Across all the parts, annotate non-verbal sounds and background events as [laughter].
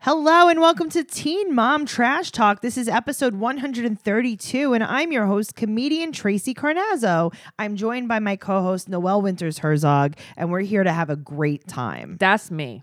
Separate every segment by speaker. Speaker 1: Hello and welcome to Teen Mom Trash Talk. This is episode 132, and I'm your host, comedian Tracy Carnazzo. I'm joined by my co host, Noelle Winters Herzog, and we're here to have a great time.
Speaker 2: That's me.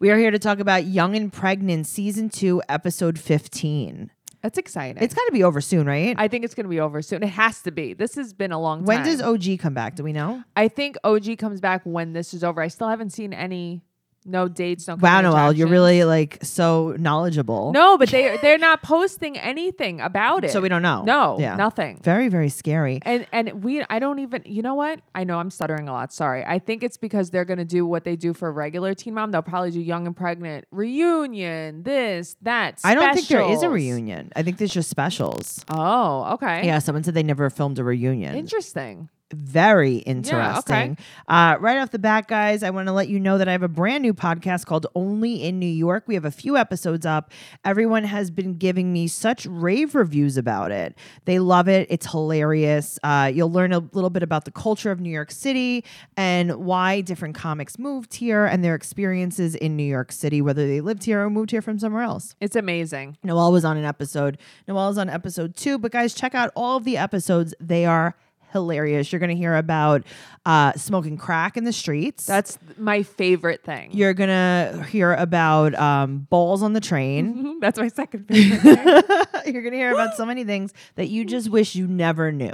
Speaker 1: We are here to talk about Young and Pregnant, season two, episode 15.
Speaker 2: That's exciting.
Speaker 1: It's got to be over soon, right?
Speaker 2: I think it's going to be over soon. It has to be. This has been a long
Speaker 1: when
Speaker 2: time.
Speaker 1: does OG come back? Do we know?
Speaker 2: I think OG comes back when this is over. I still haven't seen any no dates, no
Speaker 1: Wow, Noelle,
Speaker 2: contractions.
Speaker 1: you're really like so knowledgeable.
Speaker 2: No, but they they're not posting anything about it.
Speaker 1: So we don't know.
Speaker 2: No,
Speaker 1: Yeah.
Speaker 2: nothing.
Speaker 1: Very, very scary.
Speaker 2: And and we I don't even you know what? I know I'm stuttering a lot. Sorry. I think it's because they're gonna do what they do for regular Teen Mom. They'll probably do Young and Pregnant reunion, this, that.
Speaker 1: I don't think there is a
Speaker 2: specials.
Speaker 1: reunion. I think there's just specials.
Speaker 2: Oh, okay.
Speaker 1: Yeah, someone said they never filmed a reunion.
Speaker 2: Interesting.
Speaker 1: Very
Speaker 2: Yeah,
Speaker 1: interesting.
Speaker 2: okay.
Speaker 1: uh, right off the bat, guys, I want to let you know that I have a brand new podcast called Only in New York. We have a few episodes up. Everyone has been giving me such rave reviews about it. They love it. It's hilarious. Uh, you'll learn a little bit about the culture of New York City and why different comics moved here and their experiences in New York City, whether they lived here or moved here from somewhere else.
Speaker 2: It's amazing.
Speaker 1: Noelle was on an episode. Noelle is on episode two. But guys, check out all of the episodes. They are hilarious. You're going to hear about uh, smoking crack in the streets.
Speaker 2: That's th- my favorite thing.
Speaker 1: You're going to hear about um, balls on the train.
Speaker 2: Mhm, [laughs] That's my second favorite
Speaker 1: [laughs]
Speaker 2: thing.
Speaker 1: You're going to hear about so many things that you just wish you never knew.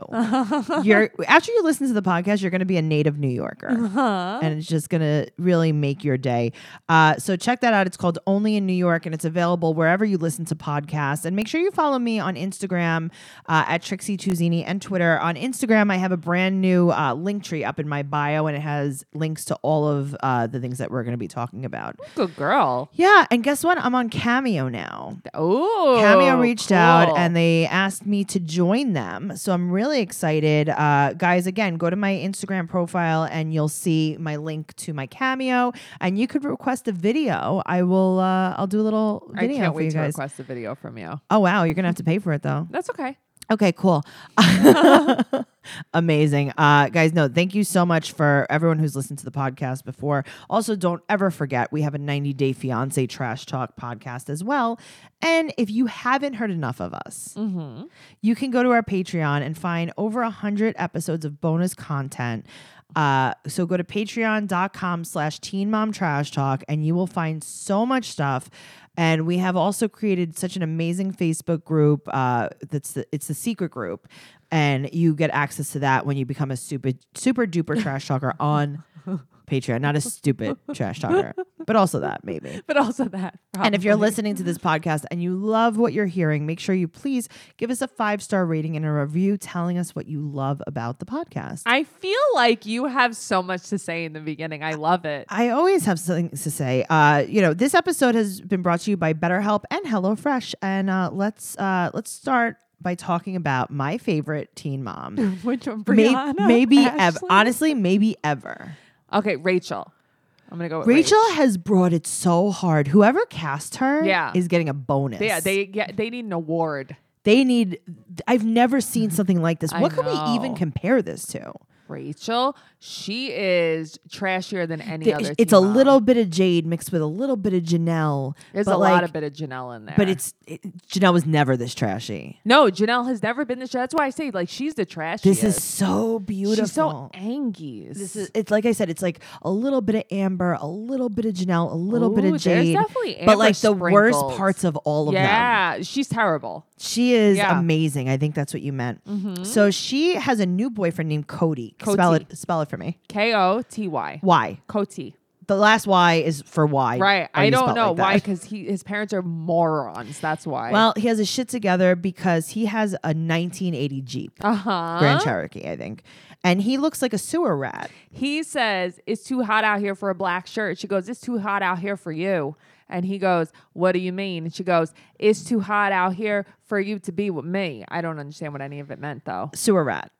Speaker 1: you're After you listen to the podcast, you're going to be a native New Yorker.
Speaker 2: Huh?
Speaker 1: And it's just going to really make your day. Uh, so check that out. It's called Only in New York and it's available wherever you listen to podcasts. And make sure you follow me on Instagram uh, at Trixie Tuzini and Twitter. On Instagram, I have a brand new uh, link tree up in my bio and it has links to all of uh, the things that we're going to be talking about.
Speaker 2: Good girl.
Speaker 1: Yeah. And guess what? I'm on Cameo now.
Speaker 2: Oh,
Speaker 1: Cameo reached
Speaker 2: cool.
Speaker 1: out and they asked me to join them. So I'm really excited. Uh, guys, again, go to my Instagram profile and you'll see my link to my Cameo. And you could request a video. I will, uh, I'll do a little
Speaker 2: I
Speaker 1: video
Speaker 2: can't
Speaker 1: for
Speaker 2: wait
Speaker 1: you
Speaker 2: to
Speaker 1: guys.
Speaker 2: request a video from you.
Speaker 1: Oh, wow. You're going to have to pay for it though.
Speaker 2: That's okay.
Speaker 1: Okay, cool. [laughs] Amazing. Uh, guys, no, thank you so much for everyone who's listened to the podcast before. Also, don't ever forget we have a 90 Day Fiance Trash Talk podcast as well. And if you haven't heard enough of us,
Speaker 2: Mm-hmm.
Speaker 1: you can go to our Patreon and find over 100 episodes of bonus content. Uh, so go to patreon.com slash teen mom trash talk and you will find so much stuff. And we have also created such an amazing Facebook group. Uh, that's the, it's the secret group. And you get access to that when you become a super, super duper trash talker on Patreon. Not a stupid trash talker, but also that maybe.
Speaker 2: But also that.
Speaker 1: And if you're
Speaker 2: probably.
Speaker 1: listening to this podcast and you love what you're hearing, make sure you please give us a five star rating and a review telling us what you love about the podcast.
Speaker 2: I feel like you have so much to say in the beginning. I
Speaker 1: [laughs]
Speaker 2: love it.
Speaker 1: I always have something to say. Uh, you know, this episode has been brought to you by BetterHelp and HelloFresh, and uh, let's uh, let's start by talking about my favorite teen
Speaker 2: [laughs]
Speaker 1: mom.
Speaker 2: Which one,
Speaker 1: May-
Speaker 2: Brianna?
Speaker 1: maybe ever.
Speaker 2: Ashley?
Speaker 1: Honestly, maybe ever.
Speaker 2: Okay, Rachel. I'm gonna go with
Speaker 1: Rachel
Speaker 2: Rach.
Speaker 1: has brought it so hard. Whoever cast her
Speaker 2: Yeah.
Speaker 1: is getting a bonus.
Speaker 2: Yeah, they get they need an award.
Speaker 1: They need. I've never
Speaker 2: [laughs]
Speaker 1: seen something like this.
Speaker 2: I
Speaker 1: What could we even
Speaker 2: know.
Speaker 1: compare this to?
Speaker 2: Rachel, she is trashier than any
Speaker 1: Th-
Speaker 2: other.
Speaker 1: it's
Speaker 2: teen
Speaker 1: a
Speaker 2: mom.
Speaker 1: little bit of Jade mixed with a little bit of Janelle.
Speaker 2: There's
Speaker 1: but
Speaker 2: a
Speaker 1: like,
Speaker 2: lot of bit of Janelle in there,
Speaker 1: But it's it, Janelle was never this trashy.
Speaker 2: No, Janelle has never been this. That's why I say like she's the trash.
Speaker 1: This
Speaker 2: she
Speaker 1: is so beautiful.
Speaker 2: She's so angies.
Speaker 1: this is it's like I said. It's like a little bit of Amber, a little bit of Janelle, a little bit
Speaker 2: Ooh,
Speaker 1: of
Speaker 2: there's
Speaker 1: Jade.
Speaker 2: definitely
Speaker 1: but
Speaker 2: Amber
Speaker 1: like the
Speaker 2: sprinkled.
Speaker 1: worst parts of all of them.
Speaker 2: yeah, she's terrible.
Speaker 1: She is
Speaker 2: Yeah. Mm-hmm.
Speaker 1: amazing. I think that's what you meant. So she has a new boyfriend named Cody. Spell
Speaker 2: Cody.
Speaker 1: it. Spell it for me.
Speaker 2: K O T Y.
Speaker 1: Why?
Speaker 2: Coti.
Speaker 1: The last Y is for why.
Speaker 2: Right.
Speaker 1: are
Speaker 2: I
Speaker 1: you
Speaker 2: don't
Speaker 1: spelled
Speaker 2: know
Speaker 1: like
Speaker 2: why,
Speaker 1: that?
Speaker 2: because he his parents are morons. That's why.
Speaker 1: Well, he has his shit together because he has a 1980 Jeep,
Speaker 2: uh huh.
Speaker 1: Grand Cherokee, I think, and he looks like a sewer rat.
Speaker 2: he says it's too hot out here for a black shirt. She goes, it's too hot out here for you. And he goes, what do you mean? And she goes, it's too hot out here for you to be with me. I don't understand what any of it meant though.
Speaker 1: Sewer rat.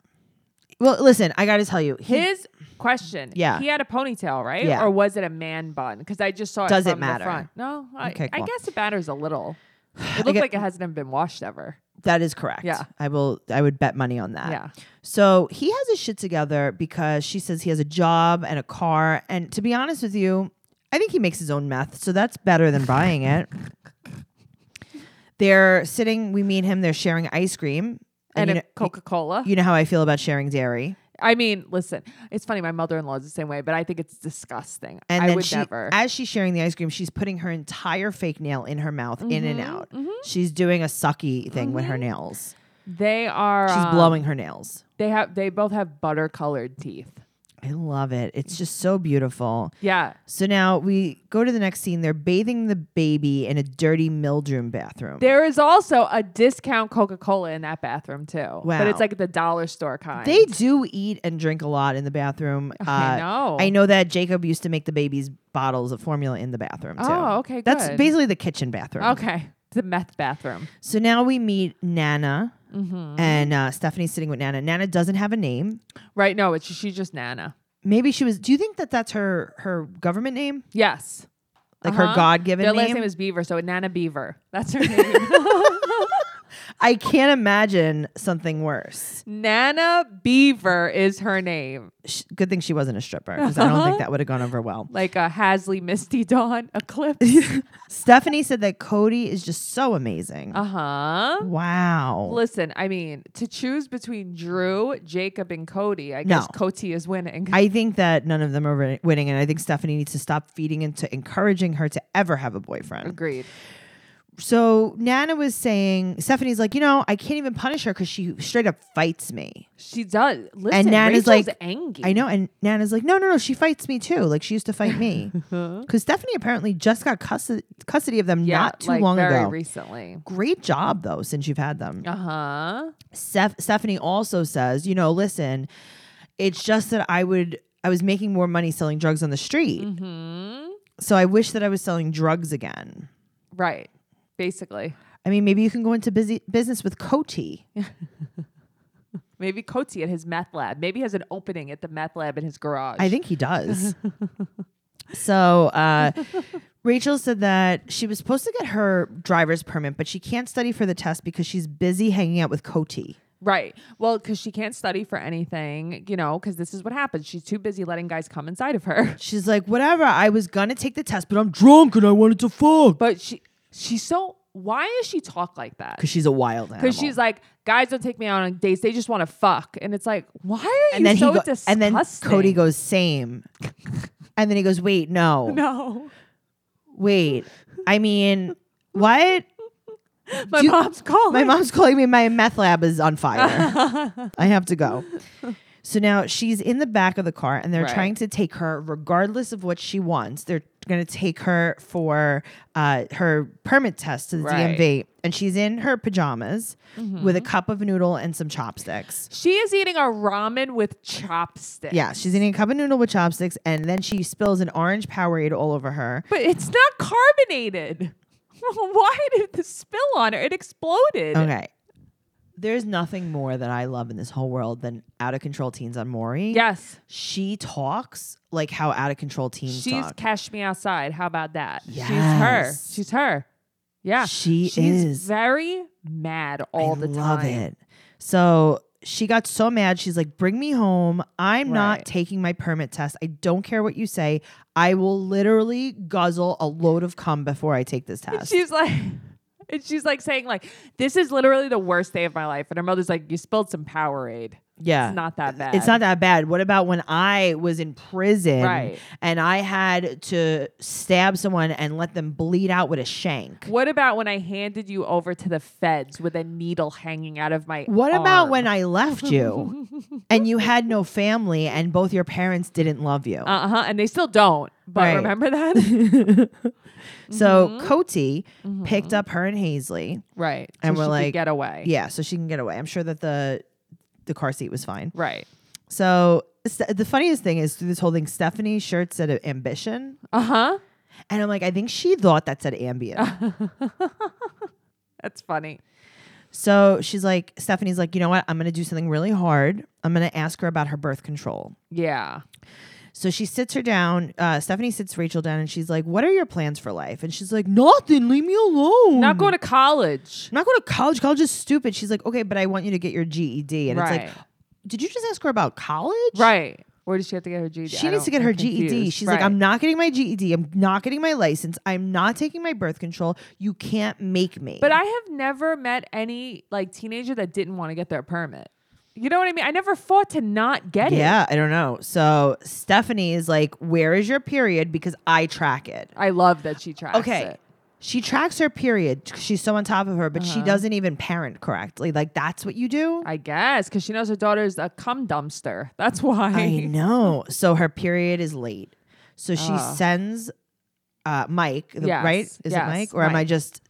Speaker 1: Well, listen, I got to tell you, he
Speaker 2: His question.
Speaker 1: Yeah.
Speaker 2: He had a ponytail, right?
Speaker 1: Yeah.
Speaker 2: Or was it a man bun? Because I just saw it.
Speaker 1: Does it
Speaker 2: from the
Speaker 1: matter?
Speaker 2: front. No. I,
Speaker 1: Okay,
Speaker 2: I
Speaker 1: cool.
Speaker 2: guess it matters
Speaker 1: [sighs]
Speaker 2: a little. It
Speaker 1: get-
Speaker 2: looked like it hasn't been washed ever.
Speaker 1: that is correct.
Speaker 2: Yeah.
Speaker 1: I will. I would bet money on that.
Speaker 2: Yeah.
Speaker 1: So he has his shit together because she says he has a job and a car, and to be honest with you. I think he makes his own meth, so that's better than buying it. They're sitting, we meet him, they're sharing ice cream. you
Speaker 2: and a
Speaker 1: know-
Speaker 2: Coca Cola.
Speaker 1: you know how I feel about sharing dairy.
Speaker 2: I mean, listen, it's funny. My mother in law is the same way, but I think it's disgusting.
Speaker 1: And
Speaker 2: I
Speaker 1: then
Speaker 2: would
Speaker 1: she,
Speaker 2: never.
Speaker 1: as she's sharing the ice cream, she's putting her entire fake nail in her mouth, in and
Speaker 2: Mm-hmm,
Speaker 1: out. She's doing a sucky thing with her nails.
Speaker 2: they are.
Speaker 1: She's
Speaker 2: um,
Speaker 1: blowing her nails.
Speaker 2: They have. They both have butter colored teeth.
Speaker 1: I love it. It's just so beautiful.
Speaker 2: Yeah.
Speaker 1: So now we go to the next scene. They're bathing the baby in a dirty mildroom bathroom.
Speaker 2: There is also a discount Coca Cola in that bathroom too. But
Speaker 1: Wow.
Speaker 2: it's like the dollar store kind.
Speaker 1: they do eat and drink a lot in the bathroom.
Speaker 2: [laughs]
Speaker 1: Uh,
Speaker 2: I know.
Speaker 1: I know that Jacob used to make the babies bottles of formula in the bathroom too.
Speaker 2: Oh, okay,
Speaker 1: That's
Speaker 2: good.
Speaker 1: basically the kitchen bathroom.
Speaker 2: Okay. The meth bathroom.
Speaker 1: So now we meet Nana,
Speaker 2: Mm-hmm.
Speaker 1: and uh, Stephanie's sitting with Nana. Nana doesn't have a name.
Speaker 2: Right. No, it's she's just Nana.
Speaker 1: Maybe she was. Do you think that that's her her government name,
Speaker 2: Yes.
Speaker 1: like her
Speaker 2: Uh-huh.
Speaker 1: God given
Speaker 2: Their
Speaker 1: name?
Speaker 2: last name is Beaver, so Nana Beaver. That's
Speaker 1: [laughs]
Speaker 2: her name.
Speaker 1: I can't imagine something worse.
Speaker 2: [laughs] Nana Beaver is her name.
Speaker 1: Sh- Good thing she wasn't a stripper because I
Speaker 2: Uh-huh.
Speaker 1: don't think that would have gone over well.
Speaker 2: Like a Hasley Misty [laughs] Dawn eclipse.
Speaker 1: [laughs] Stephanie said that Cody is just so amazing.
Speaker 2: uh huh.
Speaker 1: wow.
Speaker 2: Listen, I mean, to choose between Drew, Jacob, and Cody, I guess Cody is winning.
Speaker 1: I think that none of them are win- winning, and I think Stephanie needs to stop feeding into encouraging her to ever have a boyfriend.
Speaker 2: [laughs] Agreed.
Speaker 1: So Nana was saying, Stephanie's like, you know, I can't even punish her because she straight up fights me.
Speaker 2: She does. Listen,
Speaker 1: and Nana's
Speaker 2: Rachel's
Speaker 1: like,
Speaker 2: angry.
Speaker 1: I know. And Nana's like, no, no, no, she fights me too. Like she used to fight
Speaker 2: [laughs]
Speaker 1: me. [laughs] Because Stephanie apparently just got custody, custody of them
Speaker 2: Yeah,
Speaker 1: not too
Speaker 2: like
Speaker 1: long
Speaker 2: very
Speaker 1: ago.
Speaker 2: recently.
Speaker 1: Great job, though, since you've had them.
Speaker 2: Uh huh.
Speaker 1: Steph- Stephanie also says, you know, listen, it's just that I would, I was making more money selling drugs on the street. So I wish that I was selling drugs again.
Speaker 2: Right. Basically.
Speaker 1: I mean, maybe you can go into busy business with Coty.
Speaker 2: Maybe Coty at his meth lab. Maybe he has an opening at the meth lab in his garage.
Speaker 1: I think he does. so uh, Rachel said that she was supposed to get her driver's permit, but she can't study for the test because she's busy hanging out with Cody.
Speaker 2: Right. Well, because she can't study for anything, you know, because this is what happens. She's too busy letting guys come inside of her. [laughs]
Speaker 1: She's like, whatever. I was gonna take the test, but I'm drunk and I wanted to fuck.
Speaker 2: But she, she's so. Why does she talk like that?
Speaker 1: Because she's a wild animal.
Speaker 2: Because she's like, guys don't take me out on dates. They just want to fuck. And it's like, why are you
Speaker 1: and then
Speaker 2: so
Speaker 1: he go-
Speaker 2: disgusting?
Speaker 1: and then Cody goes same, and then he goes, wait, no, [laughs]
Speaker 2: [laughs] no.
Speaker 1: wait. I mean, what?
Speaker 2: My
Speaker 1: Do you-
Speaker 2: mom's calling.
Speaker 1: My mom's calling me. My meth lab is on fire. I have to go. So now she's in the back of the car and they're
Speaker 2: Right.
Speaker 1: trying to take her, regardless of what she wants. They're going to take her for uh, her permit test to the
Speaker 2: Right. Mm-hmm.
Speaker 1: DMV. And she's in her pajamas with a cup of noodle and some chopsticks.
Speaker 2: She is eating a ramen with chopsticks.
Speaker 1: Yeah, she's eating a cup of noodle with chopsticks. And then she spills an orange Powerade all over her.
Speaker 2: But it's not carbonated. [laughs] Why did the spill on her? It exploded.
Speaker 1: Okay. There's nothing more that I love in this whole world than out of control teens on Maury.
Speaker 2: Yes.
Speaker 1: she talks like how out of control teens
Speaker 2: She's
Speaker 1: talk.
Speaker 2: Cash Me Outside. How about that?
Speaker 1: Yes.
Speaker 2: She's her. She's her. Yeah.
Speaker 1: She
Speaker 2: She's
Speaker 1: is.
Speaker 2: very mad all
Speaker 1: I
Speaker 2: the
Speaker 1: love
Speaker 2: time.
Speaker 1: it. So she got so mad. She's like, "Bring me home. I'm not
Speaker 2: Right.
Speaker 1: taking my permit test. I don't care what you say. I will literally guzzle a load of cum before I take this test."
Speaker 2: She's like [laughs] and she's like saying like this is literally the worst day of my life. And her mother's like, You spilled some Powerade.
Speaker 1: yeah,
Speaker 2: It's not that bad.
Speaker 1: It's not that bad. What about when I was in prison
Speaker 2: Right.
Speaker 1: and I had to stab someone and let them bleed out with a shank?
Speaker 2: what about when I handed you over to the feds with a needle hanging out of my
Speaker 1: What about
Speaker 2: arm?
Speaker 1: when I left you and you had no family and both your parents didn't love
Speaker 2: [laughs]
Speaker 1: you?
Speaker 2: Uh huh. And they still don't. But
Speaker 1: Right. [laughs]
Speaker 2: remember that?
Speaker 1: so Cody picked up her and Hazley.
Speaker 2: right.
Speaker 1: And
Speaker 2: So
Speaker 1: we're
Speaker 2: she could
Speaker 1: like-
Speaker 2: get away.
Speaker 1: Yeah, so she can get away. I'm sure that the the car seat was fine.
Speaker 2: Right.
Speaker 1: So Ste- the funniest thing is through this whole thing, Stephanie's shirt said ambition.
Speaker 2: Uh huh.
Speaker 1: And I'm like, I think she thought that said ambient.
Speaker 2: That's funny.
Speaker 1: so she's like, Stephanie's like, you know what? I'm going to do something really hard. I'm going to ask her about her birth control.
Speaker 2: Yeah.
Speaker 1: So she sits her down. Uh, Stephanie sits Rachel down and she's like, What are your plans for life? And she's like, Nothing. Leave me alone.
Speaker 2: Not going to college.
Speaker 1: I'm not going to college. College is stupid. She's like, Okay, but I want you to get your GED. E And it's
Speaker 2: Right.
Speaker 1: like, Did you just ask her about college?
Speaker 2: Right. Where does she have to get her GED?
Speaker 1: She
Speaker 2: I
Speaker 1: needs to
Speaker 2: don't-
Speaker 1: get her
Speaker 2: I'm
Speaker 1: GED.
Speaker 2: confused.
Speaker 1: She's like,
Speaker 2: Right.
Speaker 1: I'm not getting my GED. I'm not getting my license. I'm not taking my birth control. You can't make me.
Speaker 2: But I have never met any like teenager that didn't want to get their permit. You know what I mean? I never fought to not get it.
Speaker 1: yeah, I don't know. So Stephanie is like, Where is your period? Because I track it.
Speaker 2: I love that she tracks
Speaker 1: okay.
Speaker 2: it.
Speaker 1: She tracks her period. 'cause She's so on top of her, but
Speaker 2: Uh-huh.
Speaker 1: she doesn't even parent correctly. Like, that's what you do?
Speaker 2: I guess because she knows her daughter's a cum dumpster. That's [laughs] why.
Speaker 1: I know. So her period is late. So she
Speaker 2: Ah.
Speaker 1: sends uh, Mike, the-
Speaker 2: Yes,
Speaker 1: right? Is
Speaker 2: yes,
Speaker 1: it Mike? Or am I
Speaker 2: Mike.
Speaker 1: just.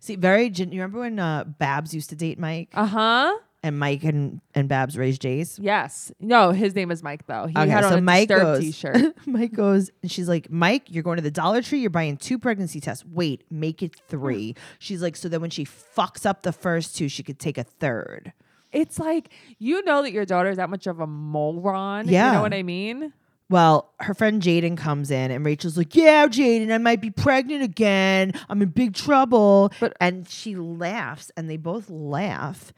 Speaker 1: See, very. gen- You remember when uh, Babs used to date Mike?
Speaker 2: Uh huh.
Speaker 1: and Mike and, and Babs raised Jace.
Speaker 2: Yes. No, his name is Mike though. He
Speaker 1: Okay,
Speaker 2: had on
Speaker 1: so
Speaker 2: a
Speaker 1: Mike
Speaker 2: Disturbed
Speaker 1: goes-
Speaker 2: T-shirt. [laughs]
Speaker 1: [laughs] Mike goes, and she's like, Mike, you're going to the Dollar Tree, you're buying two pregnancy tests. Wait, make it three. She's like, so then when she fucks up the first two, she could take a third.
Speaker 2: It's like you know that your daughter's that much of a moron. You
Speaker 1: Yeah.
Speaker 2: know what I mean?
Speaker 1: Well, her friend Jaden comes in, and Rachel's like, yeah, Jaden, I might be pregnant again. I'm in big trouble.
Speaker 2: But-
Speaker 1: and she laughs, and they both laugh.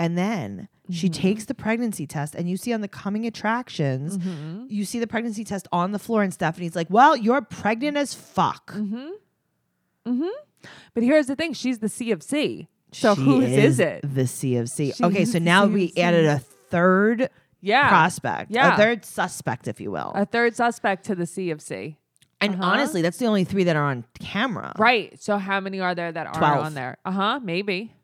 Speaker 1: And then she
Speaker 2: Mm-hmm.
Speaker 1: takes the pregnancy test, and you see on the coming attractions,
Speaker 2: Mm-hmm.
Speaker 1: you see the pregnancy test on the floor, and Stephanie's like, Well, you're pregnant as fuck.
Speaker 2: But here's the thing: she's the C of C. So whose is, it?
Speaker 1: The CFC.
Speaker 2: She
Speaker 1: okay,
Speaker 2: is
Speaker 1: so
Speaker 2: the
Speaker 1: now we
Speaker 2: CFC.
Speaker 1: added a third
Speaker 2: Yeah,
Speaker 1: prospect, a
Speaker 2: Yeah.
Speaker 1: third suspect, if you will.
Speaker 2: a third suspect to the C of C.
Speaker 1: and
Speaker 2: uh-huh.
Speaker 1: honestly, that's the only three that are on camera.
Speaker 2: Right. So how many are there that are
Speaker 1: Twelve.
Speaker 2: on there? Uh huh. Maybe.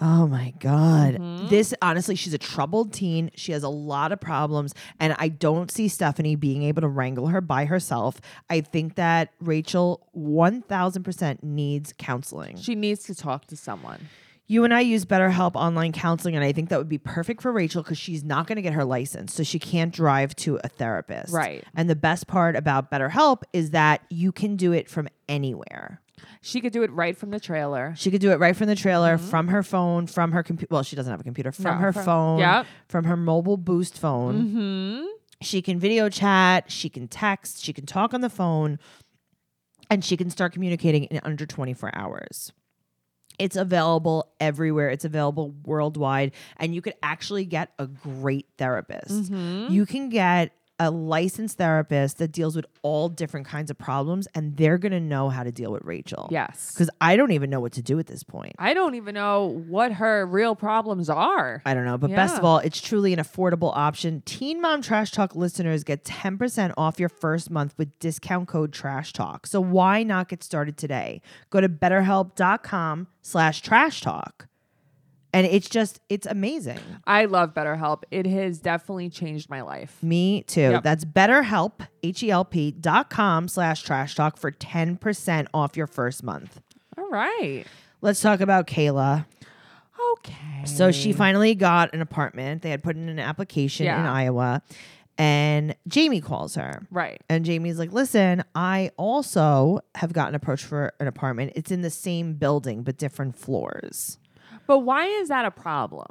Speaker 1: Oh my God.
Speaker 2: Mm-hmm.
Speaker 1: This, honestly, she's a troubled teen. She has a lot of problems. And I don't see Stephanie being able to wrangle her by herself. I think that Rachel 1000% needs counseling.
Speaker 2: She needs to talk to someone.
Speaker 1: You and I use BetterHelp online counseling, and I think that would be perfect for Rachel because she's not going to get her license, so she can't drive to a therapist.
Speaker 2: Right.
Speaker 1: And the best part about BetterHelp is that you can do it from anywhere.
Speaker 2: She could do it right from the trailer. Mm-hmm.
Speaker 1: She could do it right from the trailer, from her phone, from her computer. Well, she doesn't have a computer. From
Speaker 2: No,
Speaker 1: her
Speaker 2: from-
Speaker 1: phone.
Speaker 2: Yep.
Speaker 1: From her mobile Boost phone.
Speaker 2: Hmm.
Speaker 1: She can video chat. She can text. She can talk on the phone, and she can start communicating in under 24 hours. It's available everywhere. It's available worldwide, and you could actually get a great therapist.
Speaker 2: Mm-hmm.
Speaker 1: You can get a licensed therapist that deals with all different kinds of problems, and they're gonna know how to deal with Rachel.
Speaker 2: Yes.
Speaker 1: because I don't even know what to do at this point.
Speaker 2: I don't even know what her real problems are.
Speaker 1: I don't know, but best of
Speaker 2: Yeah.
Speaker 1: all, it's truly an affordable option. Teen Mom Trash Talk listeners get 10% off your first month with discount code Trash Talk. So why not get started today? Go to betterhelp.com slash trash talk. And it's just, it's amazing.
Speaker 2: I love BetterHelp. It has definitely changed my life.
Speaker 1: Me too.
Speaker 2: Yep.
Speaker 1: That's betterhelp, H-E-L-P dot com slash trash talk for 10% off your first month.
Speaker 2: All right.
Speaker 1: Let's talk about Kayla.
Speaker 2: Okay.
Speaker 1: So she finally got an apartment. They had put in an application in
Speaker 2: Mm. Yeah.
Speaker 1: Iowa, and Jamie calls her.
Speaker 2: Right.
Speaker 1: And Jamie's like, listen, I also have gotten approached for an apartment. It's in the same building, but different floors.
Speaker 2: But why is that a problem?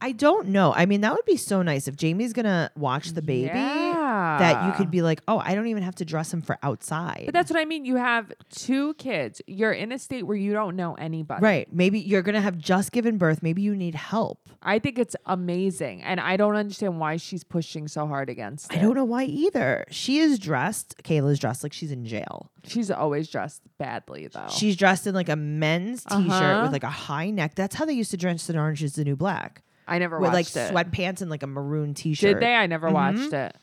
Speaker 1: I don't know. I mean, that would be so nice if Jamie's going to watch the baby, that you
Speaker 2: Yeah.
Speaker 1: could be like, oh, I don't even have to dress him for outside.
Speaker 2: But that's what I mean. You have two kids. You're in a state where you don't know anybody.
Speaker 1: right. Maybe you're going to have just given birth. Maybe you need help.
Speaker 2: I think it's amazing. And I don't understand why she's pushing so hard against it.
Speaker 1: I don't know why either. She is dressed, Kayla's dressed like she's in jail.
Speaker 2: She's always dressed badly, though.
Speaker 1: She's dressed in like a men's t-shirt
Speaker 2: Uh-huh.
Speaker 1: with like a high neck. That's how they used to dress in Orange is the New Black.
Speaker 2: I never
Speaker 1: With like Mm-hmm.
Speaker 2: watched it.
Speaker 1: sweatpants and like a maroon t-shirt.
Speaker 2: Did they? I never watched it.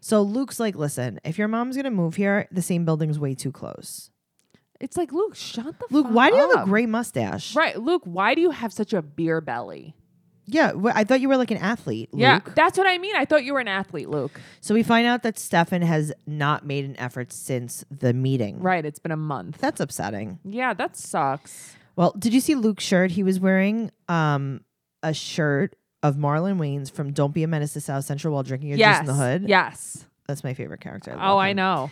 Speaker 1: So Luke's like, "Listen, if your mom's going to move here, the same building's way too close."
Speaker 2: It's like Luke, shut the
Speaker 1: Luke,
Speaker 2: fuck
Speaker 1: why do you have a
Speaker 2: up.
Speaker 1: gray mustache?
Speaker 2: Right, Luke, why do you have such a beer belly?
Speaker 1: Yeah, wh- I thought you were like an athlete, Luke.
Speaker 2: Yeah, that's what I mean. I thought you were an athlete, Luke.
Speaker 1: So we find out that Stefan has not made an effort since the meeting.
Speaker 2: Right, it's been a month.
Speaker 1: That's upsetting.
Speaker 2: Yeah, that sucks.
Speaker 1: Well, did you see Luke's shirt? He was wearing um a shirt of Marlon Wayne's from Don't Be a Menace to South Central while drinking your juice
Speaker 2: yes.
Speaker 1: in the hood.
Speaker 2: Yes.
Speaker 1: That's my favorite character.
Speaker 2: Oh,
Speaker 1: love
Speaker 2: I
Speaker 1: him.
Speaker 2: know.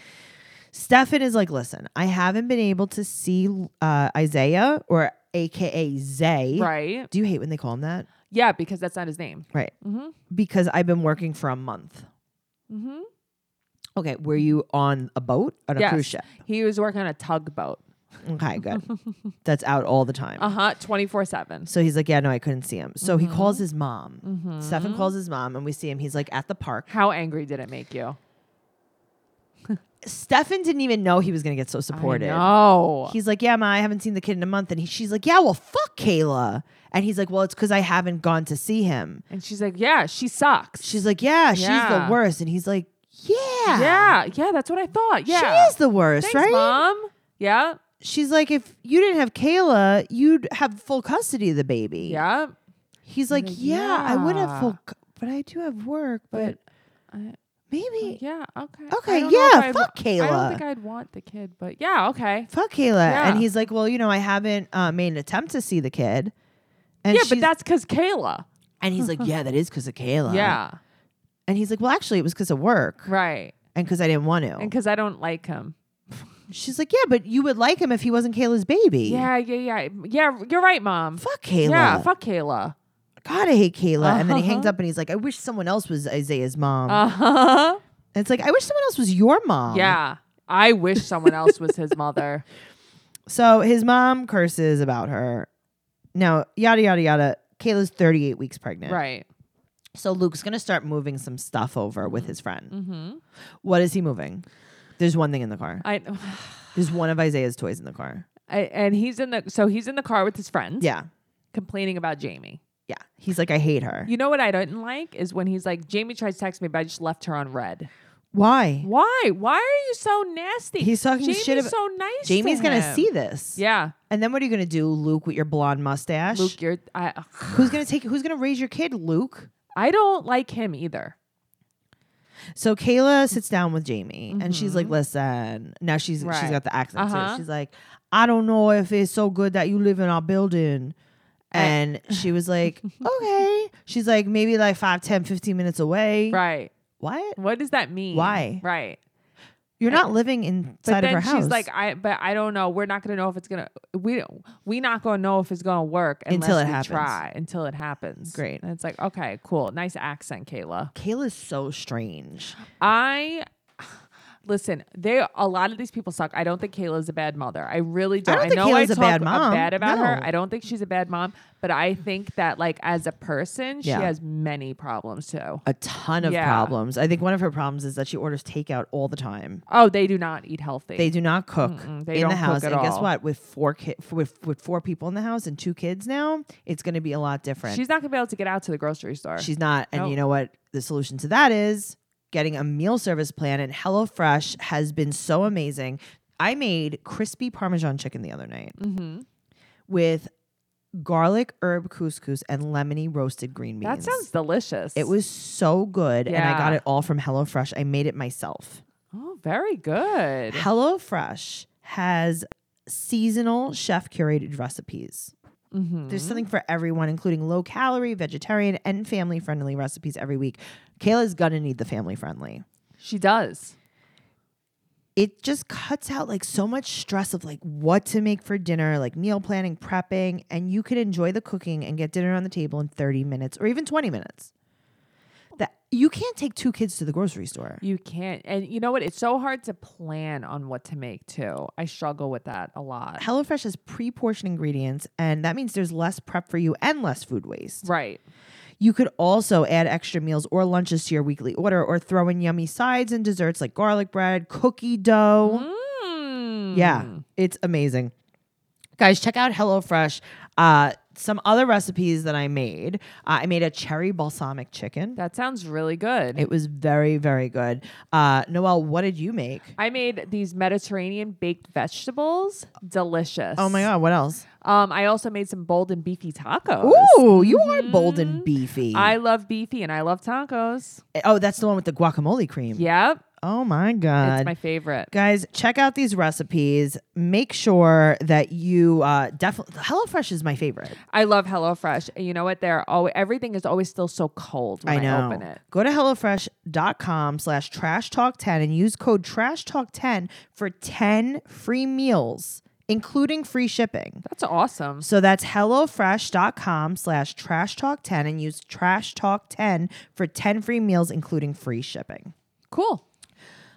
Speaker 1: Stefan is like, listen, I haven't been able to see uh, Isaiah or AKA Zay.
Speaker 2: Right.
Speaker 1: Do you hate when they call him that?
Speaker 2: Yeah, because that's not his name.
Speaker 1: Right.
Speaker 2: Mhm.
Speaker 1: Because I've been working for a month.
Speaker 2: Mm-hmm.
Speaker 1: Okay. Were you on a boat? On a cruise ship?
Speaker 2: He was working on a tugboat.
Speaker 1: Okay,
Speaker 2: [laughs]
Speaker 1: good. That's out all the time.
Speaker 2: Uh huh. Twenty four seven.
Speaker 1: So he's like, yeah, no, I couldn't see him. So
Speaker 2: Mm-hmm.
Speaker 1: he calls his mom. Stefan calls his mom, and we see him. He's like at the park.
Speaker 2: How angry did it make you?
Speaker 1: Stefan didn't even know he was gonna get so supported.
Speaker 2: No.
Speaker 1: He's like, yeah, ma, I haven't seen the kid in a month, and he, she's like, yeah, well, fuck Kayla, and he's like, well, it's because I haven't gone to see him.
Speaker 2: And she's like, yeah, she sucks.
Speaker 1: She's like, yeah, she's
Speaker 2: Yeah.
Speaker 1: the worst, and he's like, yeah,
Speaker 2: yeah. Yeah. That's what I thought. Yeah.
Speaker 1: she is the worst, right?
Speaker 2: Thanks, mom. Yeah.
Speaker 1: She's like, if you didn't have Kayla, you'd have full custody of the baby.
Speaker 2: Yeah.
Speaker 1: He's like,
Speaker 2: like,
Speaker 1: yeah, I would have full,
Speaker 2: yeah.
Speaker 1: cu- but I do have work, but,
Speaker 2: But I-
Speaker 1: maybe
Speaker 2: Yeah. Okay.
Speaker 1: Okay,
Speaker 2: I don't know if
Speaker 1: yeah, fuck
Speaker 2: I'd wa- I
Speaker 1: Kayla.
Speaker 2: don't think I'd want the kid, but yeah. Okay.
Speaker 1: fuck Kayla. And
Speaker 2: Yeah.
Speaker 1: he's like, well, you know, I haven't uh, made an attempt to see the kid. And
Speaker 2: yeah, but
Speaker 1: she's-
Speaker 2: that's because Kayla.
Speaker 1: and
Speaker 2: [laughs]
Speaker 1: he's like, yeah, that is because of Kayla.
Speaker 2: yeah.
Speaker 1: And he's like, well, actually, it was because of work
Speaker 2: Right.
Speaker 1: and because I didn't want to.
Speaker 2: And because I don't like him.
Speaker 1: She's like, yeah, but you would like him if he wasn't Kayla's baby.
Speaker 2: Yeah. Yeah. Yeah. Yeah. You're right, mom.
Speaker 1: Fuck Kayla.
Speaker 2: Yeah. Fuck Kayla.
Speaker 1: God, I hate Kayla. And then he hangs
Speaker 2: Uh-huh.
Speaker 1: up and he's like, I wish someone else was Isaiah's mom.
Speaker 2: Uh huh.
Speaker 1: and it's like, I wish someone else was your mom.
Speaker 2: Yeah. I wish someone else was his mother.
Speaker 1: [laughs] So his mom curses about her. Now, yada, yada, yada. Kayla's 38 weeks pregnant.
Speaker 2: Right.
Speaker 1: So Luke's going to start moving some stuff over with his friend.
Speaker 2: Mm-hmm.
Speaker 1: What is he moving? There's one thing in the car.
Speaker 2: I, [sighs]
Speaker 1: There's one of Isaiah's toys in the car.
Speaker 2: I and he's in the so he's in the car with his friends
Speaker 1: Yeah.
Speaker 2: complaining about Jamie.
Speaker 1: Yeah. He's like, I hate her.
Speaker 2: You know what I didn't like is when he's like, Jamie tries to text me, but I just left her on red.
Speaker 1: Why?
Speaker 2: Why? Why are you so nasty?
Speaker 1: He's talking
Speaker 2: Jamie's
Speaker 1: shit about-
Speaker 2: so nice.
Speaker 1: Jamie's
Speaker 2: to
Speaker 1: going to
Speaker 2: him.
Speaker 1: see this.
Speaker 2: Yeah,
Speaker 1: And then what are you going to do, Luke, with your blonde mustache?
Speaker 2: Luke, you're. I, [sighs] ugh.
Speaker 1: Who's going to take, who's going to raise your kid, Luke?
Speaker 2: I don't like him either.
Speaker 1: So Kayla sits down with Jamie and she's like, listen, now she's she's
Speaker 2: Mm-hmm. Right.
Speaker 1: got the accent
Speaker 2: Uh-huh.
Speaker 1: too. She's like, I don't know if it's so good that you live in our building.
Speaker 2: Eh.
Speaker 1: And she was
Speaker 2: [laughs]
Speaker 1: like, okay. She's like, maybe like 5, 10, 15 minutes away.
Speaker 2: Right.
Speaker 1: What?
Speaker 2: What does that mean?
Speaker 1: Why?
Speaker 2: Right.
Speaker 1: You're not living inside
Speaker 2: But
Speaker 1: of
Speaker 2: then
Speaker 1: her house.
Speaker 2: she's like, I. But I don't know. We're not gonna know if it's gonna. We don't. We not gonna know if it's gonna work unless
Speaker 1: Until it
Speaker 2: we
Speaker 1: happens.
Speaker 2: Try until it happens.
Speaker 1: Great.
Speaker 2: And it's like, okay, cool, nice accent, Kayla.
Speaker 1: Kayla's so strange.
Speaker 2: I [sighs] listen. They a lot of these people suck. I don't think Kayla's a bad mother. I really don't.
Speaker 1: don't think
Speaker 2: know
Speaker 1: Kayla's
Speaker 2: I
Speaker 1: a
Speaker 2: talk
Speaker 1: bad
Speaker 2: a-
Speaker 1: mom.
Speaker 2: bad about her.
Speaker 1: No.
Speaker 2: I don't think she's a bad mom, but I think that like as a person,
Speaker 1: Yeah.
Speaker 2: she has many problems too.
Speaker 1: A ton of
Speaker 2: Yeah.
Speaker 1: problems. I think one of her problems is that she orders takeout all the time.
Speaker 2: Oh, they do not eat healthy.
Speaker 1: They do not cook
Speaker 2: Mm-mm, they
Speaker 1: in
Speaker 2: don't
Speaker 1: the
Speaker 2: cook
Speaker 1: house.
Speaker 2: at
Speaker 1: and guess
Speaker 2: all.
Speaker 1: what? With four ki- f- with with four people in the house and two kids now, it's going to be a lot different.
Speaker 2: She's not gonna be able to get out to the grocery store.
Speaker 1: She's not. And
Speaker 2: Nope.
Speaker 1: you know what? The solution to that is getting a meal service plan. And HelloFresh has been so amazing. I made crispy Parmesan chicken the other night
Speaker 2: mm-hmm.
Speaker 1: with garlic herb couscous and lemony roasted green
Speaker 2: That
Speaker 1: beans.
Speaker 2: sounds delicious.
Speaker 1: It was so good. And I got
Speaker 2: Yeah.
Speaker 1: it all from HelloFresh. I made it myself.
Speaker 2: oh very good.
Speaker 1: HelloFresh has seasonal chef curated recipes.
Speaker 2: Mhm.
Speaker 1: There's something for everyone, including low calorie, vegetarian, and family friendly recipes every week. Kayla's gonna need the family friendly.
Speaker 2: She does.
Speaker 1: It just cuts out like so much stress of like what to make for dinner, like meal planning, prepping, and you could enjoy the cooking and get dinner on the table in 30 minutes or even 20 minutes. That you can't take two kids to the grocery store.
Speaker 2: You can't. And you know what? It's so hard to plan on what to make too. I struggle with that a lot.
Speaker 1: HelloFresh has pre-portioned ingredients, and that means there's less prep for you and less food waste.
Speaker 2: Right.
Speaker 1: You could also add extra meals or lunches to your weekly order or throw in yummy sides and desserts like garlic bread, cookie dough. Yeah, it's amazing. Guys, check out HelloFresh. Uh, some other recipes that I made. Uh, I made a cherry balsamic chicken.
Speaker 2: That sounds really good.
Speaker 1: It was very, very good. Uh, Noelle, what did you make?
Speaker 2: I made these Mediterranean baked vegetables. Delicious.
Speaker 1: Oh my God, what else?
Speaker 2: Um, I also made some bold and beefy tacos.
Speaker 1: Ooh, you are bold and beefy.
Speaker 2: I love beefy and I love tacos.
Speaker 1: oh, that's the one with the guacamole cream.
Speaker 2: Yep.
Speaker 1: Oh my God.
Speaker 2: it's my favorite.
Speaker 1: Guys, check out these recipes. Make sure that you uh, definitely HelloFresh is my favorite.
Speaker 2: I love HelloFresh. And you know what? They're always everything is always still so cold when I,
Speaker 1: know.
Speaker 2: open it.
Speaker 1: Go to HelloFresh.com slash trash talk 10 and use code trash talk 10 for 10 free meals, including free shipping.
Speaker 2: That's awesome.
Speaker 1: So that's HelloFresh.com slash trash talk 10 and use trash talk 10 for 10 free meals, including free shipping.
Speaker 2: Cool.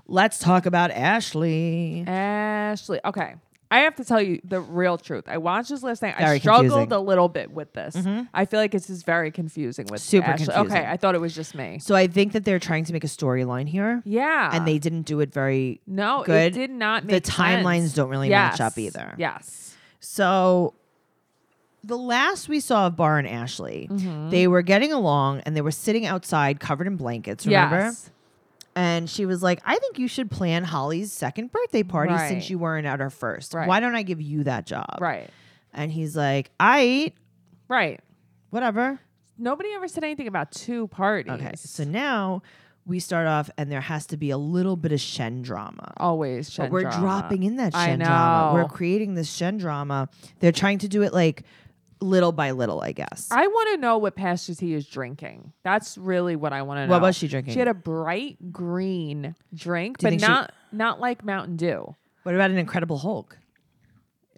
Speaker 1: Let's talk about Ashley.
Speaker 2: Ashley. Okay. I have to tell you the real truth. I watched this last night. I
Speaker 1: Very
Speaker 2: struggled
Speaker 1: confusing. Mm-hmm.
Speaker 2: a little bit with this. I feel like this is very confusing with
Speaker 1: Super
Speaker 2: Ashley.
Speaker 1: confusing.
Speaker 2: Okay, I thought it was just me.
Speaker 1: So I think that they're trying to make a storyline here,
Speaker 2: Yeah,
Speaker 1: and they didn't do it very.
Speaker 2: no, it
Speaker 1: good.
Speaker 2: did not
Speaker 1: The
Speaker 2: make
Speaker 1: timelines
Speaker 2: sense.
Speaker 1: don't really match up
Speaker 2: Yes.
Speaker 1: either.
Speaker 2: Yes.
Speaker 1: So the last we saw of Bar and Ashley,
Speaker 2: Mm-hmm.
Speaker 1: they were getting along and they were sitting outside covered in blankets, remember?
Speaker 2: Yes.
Speaker 1: And she was like, I think you should plan Holly's second birthday party
Speaker 2: Right.
Speaker 1: since you weren't at her first.
Speaker 2: Right.
Speaker 1: Why don't I give you that job?
Speaker 2: Right.
Speaker 1: And he's like, I eat,
Speaker 2: Right.
Speaker 1: whatever.
Speaker 2: Nobody ever said anything about two parties.
Speaker 1: Okay. So now we start off and there has to be a little bit of Shen drama.
Speaker 2: always
Speaker 1: But
Speaker 2: Shen
Speaker 1: we're
Speaker 2: drama.
Speaker 1: dropping in that
Speaker 2: I
Speaker 1: Shen drama. We're
Speaker 2: know.
Speaker 1: creating this Shen drama. They're trying to do it like little by little, I guess.
Speaker 2: I want to know what Pastor T is drinking. That's really what I want to know.
Speaker 1: What was she drinking?
Speaker 2: She had a bright green drink,
Speaker 1: Do you
Speaker 2: but
Speaker 1: think she-
Speaker 2: not not like Mountain Dew.
Speaker 1: What about an Incredible Hulk?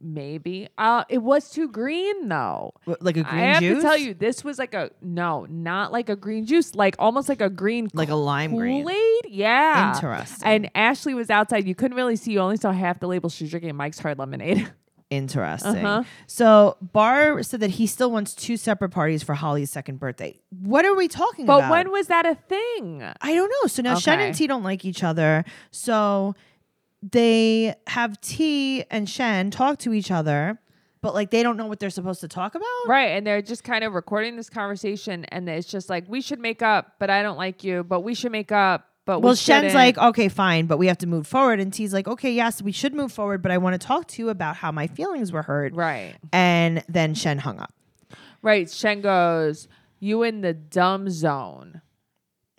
Speaker 2: Maybe. Uh, it was too green though.
Speaker 1: What, like a green
Speaker 2: I have
Speaker 1: juice?
Speaker 2: to tell you, this was like a no, not like a green juice, like almost like a green,
Speaker 1: Like a lime green.
Speaker 2: Kool-Aid? Yeah,
Speaker 1: Interesting.
Speaker 2: And Ashley was outside. You couldn't really see. You only saw half the label. She was drinking Mike's Hard Lemonade. [laughs]
Speaker 1: Interesting.
Speaker 2: Uh-huh.
Speaker 1: So Barr said that he still wants two separate parties for Holly's second birthday. What are we talking
Speaker 2: but
Speaker 1: about?
Speaker 2: when was that a thing?
Speaker 1: I don't know. So now Shen
Speaker 2: Okay.
Speaker 1: and T don't like each other. So they have T and Shen talk to each other, but like they don't know what they're supposed to talk about.
Speaker 2: Right. And they're just kind of recording this conversation. And it's just like, we should make up, but I don't like you. But we should make up. But
Speaker 1: Well,
Speaker 2: we
Speaker 1: Shen's
Speaker 2: shouldn't."
Speaker 1: like, okay, fine, but we have to move forward. And T's like, okay, yes, we should move forward, but I want to talk to you about how my feelings were hurt.
Speaker 2: right.
Speaker 1: And then Shen hung up.
Speaker 2: Right. Shen goes, you in the dumb zone.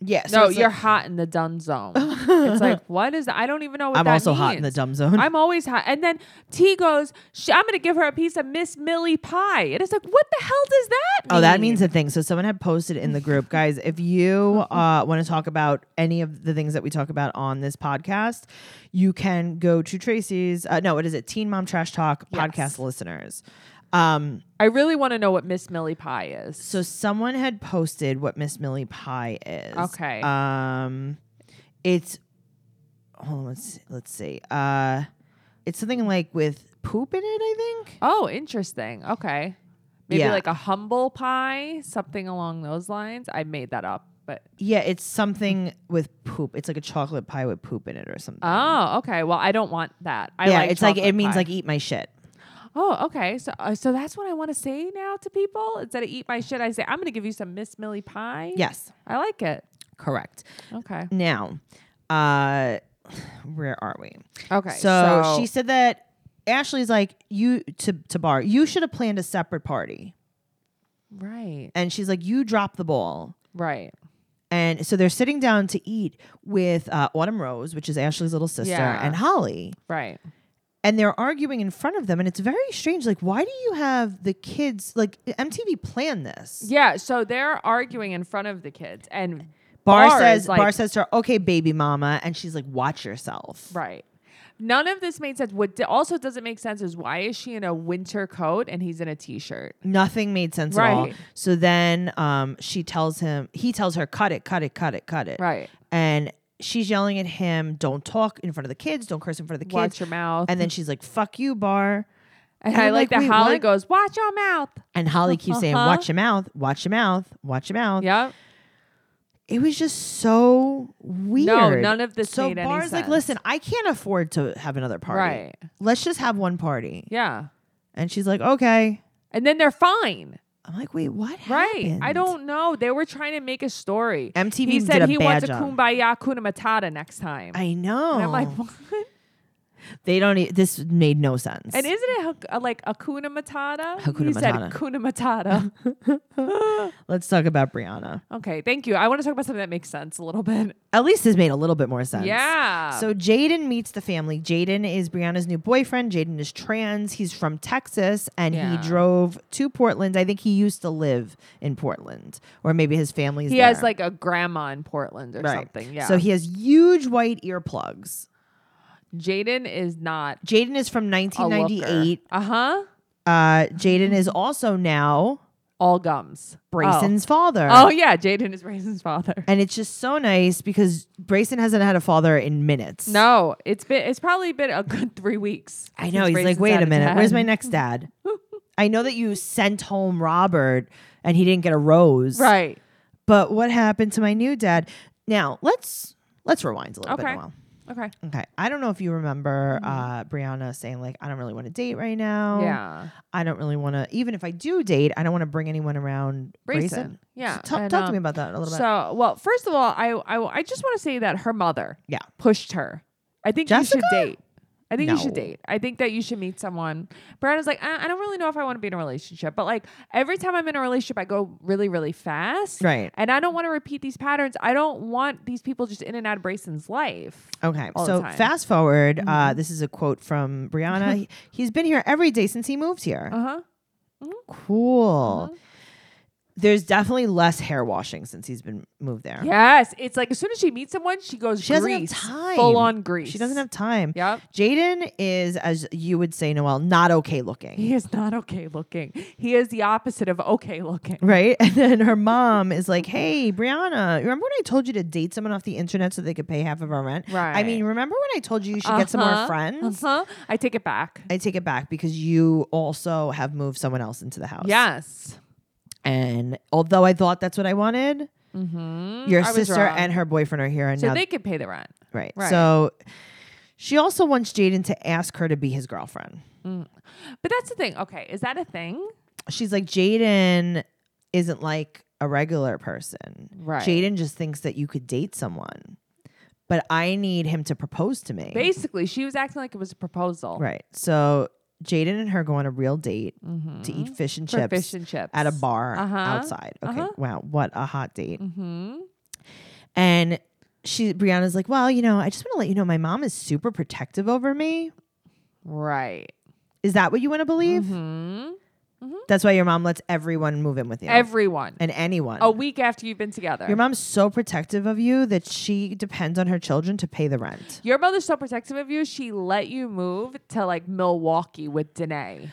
Speaker 1: Yeah.
Speaker 2: no,
Speaker 1: it's
Speaker 2: you're
Speaker 1: like,
Speaker 2: hot in the
Speaker 1: [laughs]
Speaker 2: dumb zone. it's like, what is that? I don't even know what
Speaker 1: I'm
Speaker 2: that
Speaker 1: also hot in the
Speaker 2: means.
Speaker 1: dumb zone.
Speaker 2: I'm always hot. And then T goes, "Sh- I'm going to give her a piece of Miss Millie pie. And it's like, what the hell does that mean?
Speaker 1: Oh, that means a thing. So someone had posted in the group, guys, if
Speaker 2: [laughs]
Speaker 1: you uh, want to talk about any of the things that we talk about on this podcast, you can go to Tracy's. Uh, no, what is it? Teen Mom Trash Talk
Speaker 2: Yes.
Speaker 1: podcast listeners. Um,
Speaker 2: I really want to know what Miss Millie pie is.
Speaker 1: so someone had posted what Miss Millie Pie is.
Speaker 2: Okay.
Speaker 1: Um, it's hold on. Let's let's see. Uh, it's something like with poop in it. I think.
Speaker 2: Oh, interesting. Okay. Maybe
Speaker 1: Yeah.
Speaker 2: like a humble pie, something along those lines. I made that up, but
Speaker 1: Yeah, it's something with poop. It's like a chocolate pie with poop in it or something.
Speaker 2: oh, okay. Well, I don't want that. I
Speaker 1: yeah,
Speaker 2: like
Speaker 1: it's like it
Speaker 2: chocolate
Speaker 1: means
Speaker 2: pie.
Speaker 1: like eat my shit.
Speaker 2: oh, okay. So uh, so that's what I want to say now to people instead of eat my shit. I say I'm gonna give you some Miss Millie pie.
Speaker 1: Yes,
Speaker 2: I like it.
Speaker 1: correct.
Speaker 2: Okay.
Speaker 1: Now, uh where are we?
Speaker 2: Okay.
Speaker 1: So, she said that Ashley's like you to to bar. You should have planned a separate party,
Speaker 2: right,
Speaker 1: and she's like you dropped the ball.
Speaker 2: right.
Speaker 1: And so they're sitting down to eat with uh, Autumn Rose, which is Ashley's little sister,
Speaker 2: Yeah.
Speaker 1: and Holly.
Speaker 2: Right.
Speaker 1: And they're arguing in front of them, and it's very strange. Like, why do you have the kids? Like, MTV planned this.
Speaker 2: Yeah. So they're arguing in front of the kids, and
Speaker 1: Bar,
Speaker 2: Barr is
Speaker 1: says,
Speaker 2: like-
Speaker 1: Bar says to her, "Okay, baby mama," and she's like, "Watch yourself."
Speaker 2: Right. None of this made sense. What di- also doesn't make sense is why is she in a winter coat and he's in a t-shirt?
Speaker 1: Nothing made sense at all.
Speaker 2: Right.
Speaker 1: So then um, she tells him, he tells her, cut it, cut it, cut it, cut it.
Speaker 2: Right.
Speaker 1: And she's yelling at him, don't talk in front of the kids, don't curse in front of the
Speaker 2: Watch
Speaker 1: kids.
Speaker 2: your mouth. And,
Speaker 1: And then she's like, fuck you, Bar.
Speaker 2: I
Speaker 1: I'm
Speaker 2: like
Speaker 1: like,
Speaker 2: that
Speaker 1: "Wait,
Speaker 2: Holly
Speaker 1: what?"
Speaker 2: goes, "Watch your mouth."
Speaker 1: And Holly keeps saying,
Speaker 2: Uh-huh.
Speaker 1: watch your mouth, watch your mouth, watch your mouth.
Speaker 2: Yep.
Speaker 1: It was just so weird.
Speaker 2: none of this
Speaker 1: so
Speaker 2: made any
Speaker 1: Bar's like,
Speaker 2: sense.
Speaker 1: listen, I can't afford to have another party.
Speaker 2: Right.
Speaker 1: Let's just have one party.
Speaker 2: Yeah.
Speaker 1: And she's like, okay.
Speaker 2: And then they're fine.
Speaker 1: I'm like, wait, what
Speaker 2: Right. I
Speaker 1: happened?"
Speaker 2: don't know. They were trying to make a story.
Speaker 1: MTV
Speaker 2: he said
Speaker 1: did a
Speaker 2: he
Speaker 1: bad
Speaker 2: wants
Speaker 1: job.
Speaker 2: a kumbaya kuna matata next time.
Speaker 1: I know.
Speaker 2: And I'm like, what?
Speaker 1: They don't. E- this made no sense.
Speaker 2: And isn't it hak- uh, like Hakuna Matata?
Speaker 1: Hakuna
Speaker 2: he said
Speaker 1: Matata.
Speaker 2: Kuna
Speaker 1: [laughs]
Speaker 2: Matata.
Speaker 1: Let's talk about Brianna.
Speaker 2: okay, thank you. I want to talk about something that makes sense a little bit.
Speaker 1: At least this made a little bit more sense.
Speaker 2: Yeah.
Speaker 1: So Jaden meets the family. Jaden is Brianna's new boyfriend. Jaden is trans. He's from Texas, and
Speaker 2: Yeah.
Speaker 1: he drove to Portland. I think he used to live in Portland, or maybe his family's.
Speaker 2: he
Speaker 1: there.
Speaker 2: has like a grandma in Portland or
Speaker 1: Right.
Speaker 2: something. Yeah.
Speaker 1: So he has huge white earplugs.
Speaker 2: Jaden is not
Speaker 1: Jaden is from 1998.
Speaker 2: Uh huh.
Speaker 1: Uh, Jaden is also now
Speaker 2: all gums.
Speaker 1: Brayson's father.
Speaker 2: Oh, oh yeah, Jaden is
Speaker 1: [laughs]
Speaker 2: Brayson's father.
Speaker 1: And it's just so nice because Brayson hasn't had a father in minutes.
Speaker 2: No, it's been it's probably been a good three weeks.
Speaker 1: I
Speaker 2: since
Speaker 1: know. He's like,
Speaker 2: Brayson's
Speaker 1: wait
Speaker 2: had
Speaker 1: a minute. Where's
Speaker 2: dad."
Speaker 1: my
Speaker 2: [laughs]
Speaker 1: next dad? I know that you sent home Robert and he didn't get a rose.
Speaker 2: right?
Speaker 1: But what happened to my new dad? Now let's let's rewind a little bit.
Speaker 2: Okay.
Speaker 1: Noel.
Speaker 2: Okay.
Speaker 1: Okay. I don't know if you remember uh, Brianna saying like, I don't really want to date right now.
Speaker 2: Yeah.
Speaker 1: I don't really want to. Even if I do date, I don't want to bring anyone around. Grayson.
Speaker 2: Brayson. Yeah.
Speaker 1: So ta-
Speaker 2: and,
Speaker 1: talk to me
Speaker 2: um,
Speaker 1: about that a little bit.
Speaker 2: So, well, first of all, I I, I just want to say that her mother
Speaker 1: Yeah.
Speaker 2: pushed her. I think
Speaker 1: Jessica?
Speaker 2: you should date. I think you should
Speaker 1: No.
Speaker 2: date. I think that you should meet someone. Brianna's like, I, I don't really know if I want to be in a relationship, but like every time I'm in a relationship, I go really, really fast.
Speaker 1: Right.
Speaker 2: And I don't want to repeat these patterns. I don't want these people just in and out of Brayson's life.
Speaker 1: Okay.
Speaker 2: all the
Speaker 1: So
Speaker 2: time. Mm-hmm.
Speaker 1: fast forward. Uh, this is a quote from
Speaker 2: [laughs]
Speaker 1: Brianna. he, he's been here every day since he moved here.
Speaker 2: Uh huh.
Speaker 1: cool.
Speaker 2: Mhm.
Speaker 1: There's definitely less hair washing since he's been moved there.
Speaker 2: Yes. It's like as soon as she meets someone, she goes
Speaker 1: She doesn't have
Speaker 2: grease.
Speaker 1: time.
Speaker 2: Full on grease.
Speaker 1: She doesn't have time.
Speaker 2: Yep.
Speaker 1: Jaden is, as you would say, Noel, not okay looking.
Speaker 2: He is not okay looking. He is the opposite of okay looking.
Speaker 1: Right. [laughs] And then her mom is like, Hey, Brianna, remember when I told you to date someone off the internet so they could pay half of our rent? I
Speaker 2: Right.
Speaker 1: mean, remember when I told you you should get some more
Speaker 2: Uh-huh.
Speaker 1: friends?
Speaker 2: Uh-huh. I take it back.
Speaker 1: I take it back because you also have moved someone else into the house.
Speaker 2: Yes.
Speaker 1: And although I thought that's what I wanted,
Speaker 2: Mm-hmm.
Speaker 1: your sister and her boyfriend are here. And
Speaker 2: so
Speaker 1: now,
Speaker 2: they could pay the rent.
Speaker 1: right.
Speaker 2: right.
Speaker 1: So she also wants Jaden to ask her to be his girlfriend.
Speaker 2: But that's the thing. Okay, is that a thing?
Speaker 1: She's like, Jaden isn't like a regular person.
Speaker 2: Right.
Speaker 1: Jaden just thinks that you could date someone, but I need him to propose to me.
Speaker 2: Basically, she was acting like it was a proposal.
Speaker 1: Right. So Jaden and her go on a real date
Speaker 2: Mm-hmm.
Speaker 1: to eat fish and
Speaker 2: For
Speaker 1: chips
Speaker 2: fish and chips
Speaker 1: at a bar
Speaker 2: Uh-huh.
Speaker 1: outside. Okay.
Speaker 2: Uh-huh.
Speaker 1: Wow. What a hot date.
Speaker 2: Mm-hmm.
Speaker 1: And she Brianna's like, well, you know, I just want to let you know my mom is super protective over me.
Speaker 2: Right.
Speaker 1: Is that what you want to believe?
Speaker 2: Mm-hmm.
Speaker 1: That's why your mom lets everyone move in with you
Speaker 2: Everyone.
Speaker 1: and anyone.
Speaker 2: a week after you've been together.
Speaker 1: Your mom's so protective of you that she depends on her children to pay the rent.
Speaker 2: Your mother's so protective of you, she let you move to like Milwaukee with Danae.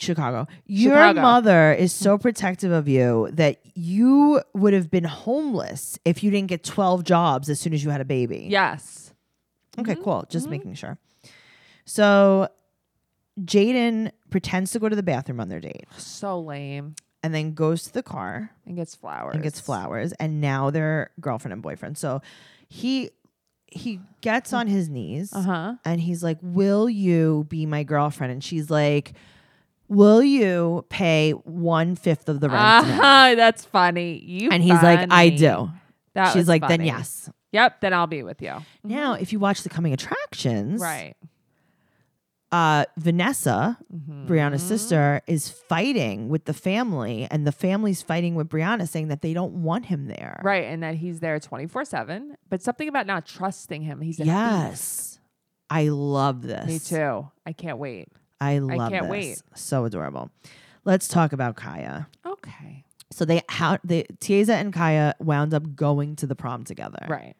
Speaker 1: Chicago. Your
Speaker 2: Chicago.
Speaker 1: mother is so protective of you that you would have been homeless if you didn't get 12 jobs as soon as you had a baby.
Speaker 2: Yes.
Speaker 1: Okay, cool. Just
Speaker 2: mhm.
Speaker 1: making sure. So Jaden pretends to go to the bathroom on their date
Speaker 2: So lame.
Speaker 1: and then goes to the car
Speaker 2: And gets flowers.
Speaker 1: and gets flowers and now they're girlfriend and boyfriend. So he he gets on his knees.
Speaker 2: Uh huh.
Speaker 1: and he's like, "Will you be my girlfriend?" And she's like, "Will you pay one fifth of the rent?" tonight?"
Speaker 2: Uh-huh. [laughs] That's funny. You
Speaker 1: [laughs] And he's like, "I
Speaker 2: funny.
Speaker 1: do."
Speaker 2: That
Speaker 1: she's
Speaker 2: was
Speaker 1: like, "Then
Speaker 2: funny.
Speaker 1: yes."
Speaker 2: Yep, then I'll be with you.
Speaker 1: Now, if you watch the coming attractions,
Speaker 2: Right.
Speaker 1: Uh, Vanessa,
Speaker 2: Mhm.
Speaker 1: Brianna's sister, is fighting with the family, and the family's fighting with Brianna, saying that they don't want him there.
Speaker 2: Right. And that he's there 24 7. But something about not trusting him. He's a
Speaker 1: Yes. I love this.
Speaker 2: thief. Me too. I can't wait.
Speaker 1: I love
Speaker 2: can't
Speaker 1: this.
Speaker 2: wait.
Speaker 1: So adorable. Let's talk about Kaya.
Speaker 2: Okay.
Speaker 1: So they how the Tiesa and Kaya wound up going to the prom together.
Speaker 2: Right.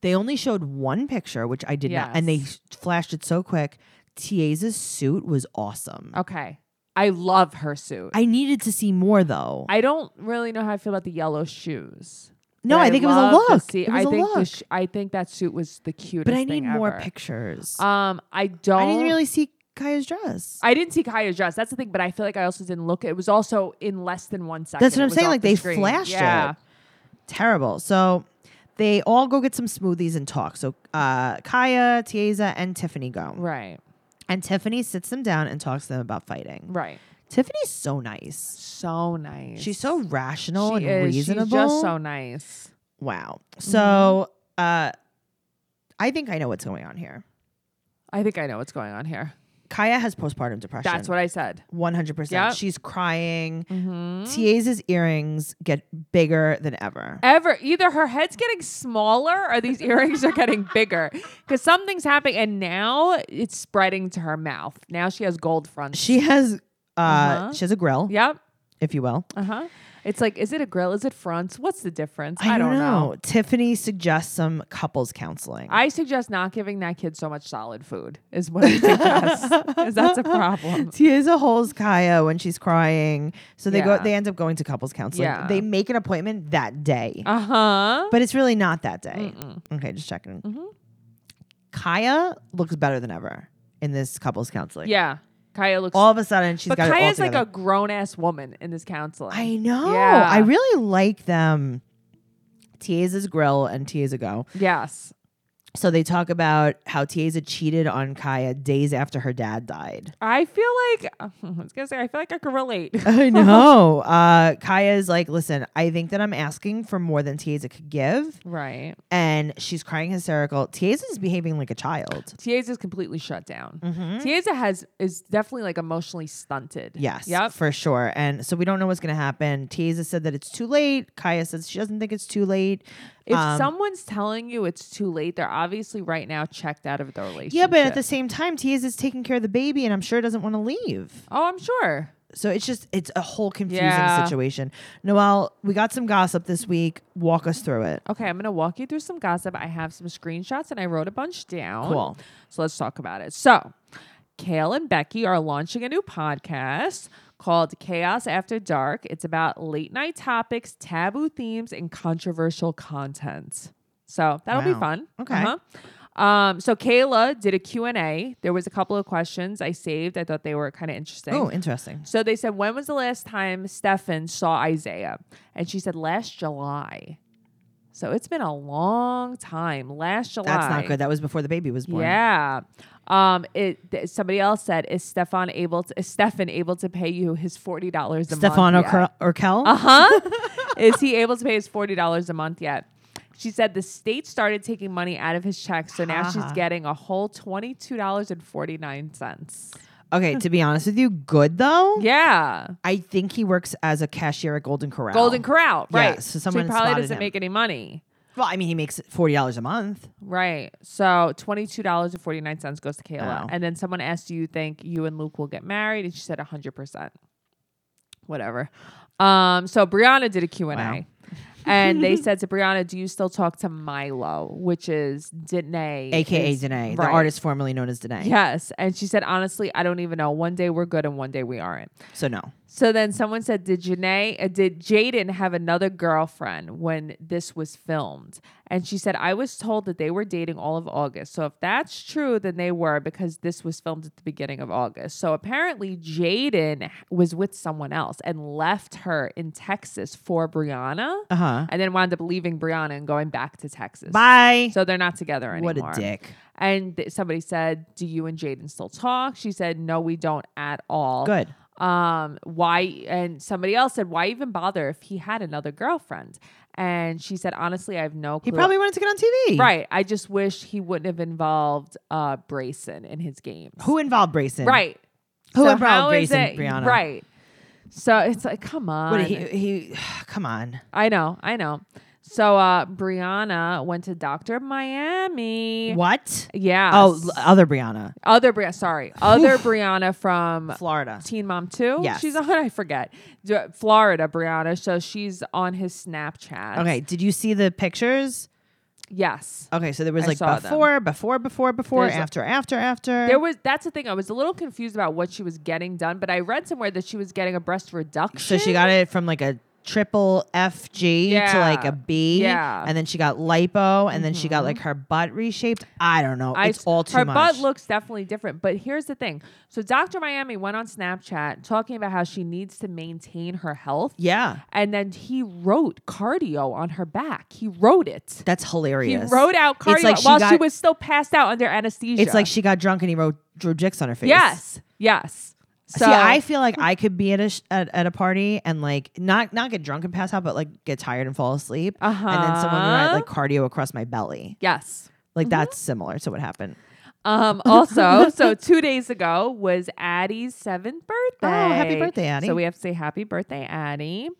Speaker 1: They only showed one picture, which I did not, and they
Speaker 2: Yes.
Speaker 1: flashed it so quick. Tiesa's suit was awesome.
Speaker 2: Okay. I love her suit. I,
Speaker 1: I needed to see more though.
Speaker 2: don't really know how I feel about the yellow shoes.
Speaker 1: no,
Speaker 2: But
Speaker 1: I think it was a
Speaker 2: love the
Speaker 1: look.
Speaker 2: se-
Speaker 1: it
Speaker 2: I
Speaker 1: was a
Speaker 2: think the
Speaker 1: look.
Speaker 2: sh- I think that suit was the cutest.
Speaker 1: but I need
Speaker 2: thing
Speaker 1: more
Speaker 2: ever.
Speaker 1: pictures.
Speaker 2: Um, I don't.
Speaker 1: I didn't really see Kaya's dress.
Speaker 2: I didn't see Kaya's dress. That's the thing. But I feel like I also didn't look. It was also in less than one second.
Speaker 1: what
Speaker 2: It
Speaker 1: I'm
Speaker 2: was
Speaker 1: saying,
Speaker 2: off
Speaker 1: like,
Speaker 2: the
Speaker 1: they
Speaker 2: screen.
Speaker 1: flashed
Speaker 2: yeah.
Speaker 1: it. Terrible. So they all go get some smoothies and talk. So uh, Kaya, Tiesa, and Tiffany go,
Speaker 2: Right.
Speaker 1: and Tiffany sits them down and talks to them about fighting.
Speaker 2: Right.
Speaker 1: Tiffany's so nice.
Speaker 2: So nice.
Speaker 1: She's so rational
Speaker 2: She
Speaker 1: and
Speaker 2: is.
Speaker 1: reasonable.
Speaker 2: She's just so Mm-hmm. nice.
Speaker 1: wow. So uh I think I know what's going on here.
Speaker 2: I think I know what's going on here.
Speaker 1: Kaya has postpartum depression.
Speaker 2: That's what I said.
Speaker 1: 100%.
Speaker 2: Yep.
Speaker 1: She's crying.
Speaker 2: Mm-hmm.
Speaker 1: Tiesa's earrings get bigger than ever.
Speaker 2: Ever either her head's getting smaller or these [laughs] earrings are getting bigger because something's happening and now it's spreading to her mouth. Now she has gold fronts.
Speaker 1: She has uh
Speaker 2: Uh-huh.
Speaker 1: she has a grill,
Speaker 2: Yep.
Speaker 1: if you will.
Speaker 2: Uh huh. It's like, is it a grill? Is it fronts? What's the difference?
Speaker 1: I, don't, know. Tiffany suggests some couples counseling.
Speaker 2: I suggest not giving that kid so much solid food is what I suggest. 'cause that's
Speaker 1: [laughs]
Speaker 2: a problem.
Speaker 1: Tiaza holds Kaya when she's crying, so they go.
Speaker 2: Yeah.
Speaker 1: They end up going to couples counseling.
Speaker 2: Yeah.
Speaker 1: They make an appointment that day,
Speaker 2: Uh huh.
Speaker 1: but it's really not that day. Okay, just checking.
Speaker 2: Mm-hmm.
Speaker 1: Kaya looks better than ever in this couples counseling.
Speaker 2: Yeah. Kaya looks.
Speaker 1: All of a sudden, she's
Speaker 2: but
Speaker 1: got
Speaker 2: Kaya's
Speaker 1: it all
Speaker 2: like a
Speaker 1: together.
Speaker 2: grown ass woman in this counseling.
Speaker 1: I know.
Speaker 2: Yeah.
Speaker 1: I really like them. Tieza's grill and Tiaza go.
Speaker 2: yes.
Speaker 1: So they talk about how Tiaza cheated on Kaya days after her dad died.
Speaker 2: I feel like [laughs] I was gonna say I feel like I
Speaker 1: [laughs]
Speaker 2: could relate. [laughs]
Speaker 1: I know. Uh, Kaya's like, listen, I think that I'm asking for more than Tiaza could give.
Speaker 2: right.
Speaker 1: And she's crying hysterical. Tiesa's behaving like a child.
Speaker 2: Tia's is completely shut down.
Speaker 1: Mm-hmm.
Speaker 2: Tiaza has is definitely like emotionally stunted.
Speaker 1: Yes,
Speaker 2: Yep.
Speaker 1: for sure. And so we don't know what's going to happen. Tiaza said that it's too late. Kaya says she doesn't think it's too late.
Speaker 2: If
Speaker 1: Um,
Speaker 2: someone's telling you it's too late, they're obviously right now checked out of the relationship.
Speaker 1: yeah, but at the same time, Tiesa's taking care of the baby and I'm sure doesn't want to leave.
Speaker 2: oh, I'm sure.
Speaker 1: So it's just, it's a whole confusing
Speaker 2: Yeah.
Speaker 1: situation. Noelle, we got some gossip this week. Walk us through it.
Speaker 2: Okay, I'm gonna walk you through some gossip. I have some screenshots and I wrote a bunch down.
Speaker 1: Cool.
Speaker 2: So let's talk about it. So, Kale and Becky are launching a new podcast called Chaos After Dark. It's about late night topics, taboo themes, and controversial content. So that'll be
Speaker 1: Wow.
Speaker 2: fun.
Speaker 1: Okay.
Speaker 2: Uh-huh. Um, so Kayla did a Q&A. There was a couple of questions I saved. I thought they were kind of interesting.
Speaker 1: Oh, interesting.
Speaker 2: So they said, when was the last time Stefan saw Isaiah? And she said, last July. So it's been a long time. Last July.
Speaker 1: That's not good. That was before the baby was born.
Speaker 2: Yeah. Um. It. Th- somebody else said, is Stefan able? To, is Stefan able to pay you his forty dollars a
Speaker 1: Stefano [laughs]
Speaker 2: month?
Speaker 1: Kel- Urkel.
Speaker 2: Uh huh. [laughs] is he able to pay his forty dollars a month yet? She said the state started taking money out of his check, so now she's
Speaker 1: Ah.
Speaker 2: getting a whole twenty two dollars and forty nine cents.
Speaker 1: Okay, to be honest with you, good though.
Speaker 2: Yeah.
Speaker 1: I think he works as a cashier at Golden Corral.
Speaker 2: Golden Corral,
Speaker 1: Yeah,
Speaker 2: right?
Speaker 1: so someone
Speaker 2: he probably
Speaker 1: spotted
Speaker 2: doesn't
Speaker 1: him.
Speaker 2: make any money,
Speaker 1: Well, I mean, he makes forty dollars a month.
Speaker 2: right? So twenty two dollars and forty nine cents goes to Kayla,
Speaker 1: Wow.
Speaker 2: and then someone asked, "Do you think you and Luke will get married?" And she said, hundred percent." Whatever. Um. So Brianna did a Q and
Speaker 1: Wow.
Speaker 2: A, and
Speaker 1: [laughs]
Speaker 2: they said to Brianna, "Do you still talk to Milo, which is Danae,
Speaker 1: AKA
Speaker 2: It's-
Speaker 1: Danae, the
Speaker 2: right.
Speaker 1: artist formerly known as Danae.
Speaker 2: Yes, and she said, honestly, I don't even know. One day we're good, and one day we aren't.
Speaker 1: So no.
Speaker 2: So then someone said, "Did Janae, uh, did Jaden have another girlfriend when this was filmed?" And she said, "I was told that they were dating all of August. So if that's true, then they were because this was filmed at the beginning of August. So apparently Jaden was with someone else and left her in Texas for Brianna,
Speaker 1: Uh huh.
Speaker 2: and then wound up leaving Brianna and going back to Texas.
Speaker 1: Bye.
Speaker 2: So they're not together anymore.
Speaker 1: what a dick.
Speaker 2: And th- somebody said, "Do you and Jaden still talk?" She said, "No, we don't at all."
Speaker 1: Good.
Speaker 2: um why and somebody else said why even bother if he had another girlfriend and she said honestly i have no
Speaker 1: He
Speaker 2: clue
Speaker 1: probably wanted to get on TV.
Speaker 2: right i just wish he wouldn't have involved uh brayson in his games
Speaker 1: Who involved Brayson?
Speaker 2: right
Speaker 1: Who
Speaker 2: So
Speaker 1: involved
Speaker 2: how is
Speaker 1: Grayson,
Speaker 2: it-
Speaker 1: Brianna?
Speaker 2: right so it's like come on
Speaker 1: What, he, he, [sighs] come on.
Speaker 2: i know i know so uh brianna went to dr miami
Speaker 1: What?
Speaker 2: yeah
Speaker 1: Oh, l- other Brianna,
Speaker 2: other
Speaker 1: [laughs]
Speaker 2: Bri- sorry other brianna from
Speaker 1: Florida.
Speaker 2: Teen Mom 2.
Speaker 1: Yes.
Speaker 2: She's [laughs] on, I forget, D- Florida, Brianna. So she's on his Snapchat.
Speaker 1: Okay. Did you see the pictures?
Speaker 2: Yes.
Speaker 1: Okay, so there was
Speaker 2: I
Speaker 1: like
Speaker 2: saw them.
Speaker 1: before, before, before, before,
Speaker 2: There's a-
Speaker 1: after, after, after.
Speaker 2: There was that's the thing. I was a little confused about what she was getting done, but I read somewhere that she was getting a breast
Speaker 1: So
Speaker 2: reduction.
Speaker 1: she got it from like a triple FG to like
Speaker 2: Yeah.
Speaker 1: a B.
Speaker 2: Yeah. Mm-hmm.
Speaker 1: And then she got lipo and then she got like her butt reshaped. I don't know.
Speaker 2: I-
Speaker 1: it's all too
Speaker 2: her
Speaker 1: much.
Speaker 2: butt looks definitely different. But here's the thing. So Dr. Miami went on Snapchat talking about how she needs to maintain her health.
Speaker 1: yeah.
Speaker 2: And then he wrote cardio on her back. He wrote it.
Speaker 1: That's hilarious.
Speaker 2: He wrote out cardio
Speaker 1: It's like she
Speaker 2: while she
Speaker 1: got-
Speaker 2: was still passed out under anesthesia.
Speaker 1: It's like she got drunk and he wrote drew dicks on her face.
Speaker 2: Yes. Yes. So
Speaker 1: See, I feel like I could be at a sh- at, at a party and like not not get drunk and pass out, but like get tired and fall asleep, and then someone write
Speaker 2: Uh-huh. Mm-hmm.
Speaker 1: like cardio across my belly.
Speaker 2: yes.
Speaker 1: Like that's similar to what happened.
Speaker 2: Um, [laughs] also, so two days ago was Addie's seventh birthday.
Speaker 1: Oh, happy birthday, Addie.
Speaker 2: So we have to say happy birthday, Addie.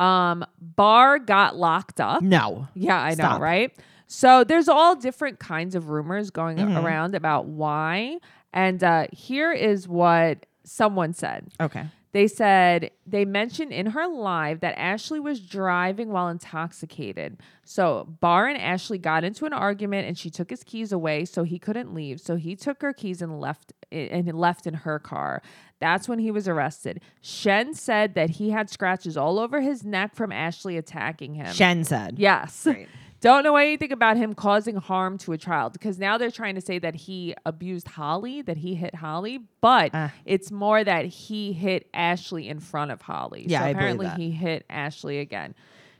Speaker 2: Um, Bar got locked up.
Speaker 1: No,
Speaker 2: Yeah, I
Speaker 1: Stop.
Speaker 2: know, right? So there's all different kinds of rumors going
Speaker 1: Mm-hmm.
Speaker 2: around about why. And uh, here is what someone said.
Speaker 1: okay,
Speaker 2: They said they mentioned in her live that Ashley was driving while intoxicated. So Barr and Ashley got into an argument and she took his keys away so he couldn't leave. So he took her keys and left and left in her car. That's when he was arrested. Shen said that he had scratches all over his neck from Ashley attacking him.
Speaker 1: Shen said.
Speaker 2: Yes.
Speaker 1: Right.
Speaker 2: Don't know anything about him causing harm to a child because now they're trying to say that he abused Holly, that he hit Holly, but
Speaker 1: Ah.
Speaker 2: it's more that he hit Ashley in front of Holly.
Speaker 1: Yeah,
Speaker 2: so
Speaker 1: I believe
Speaker 2: apparently
Speaker 1: that.
Speaker 2: he hit Ashley again.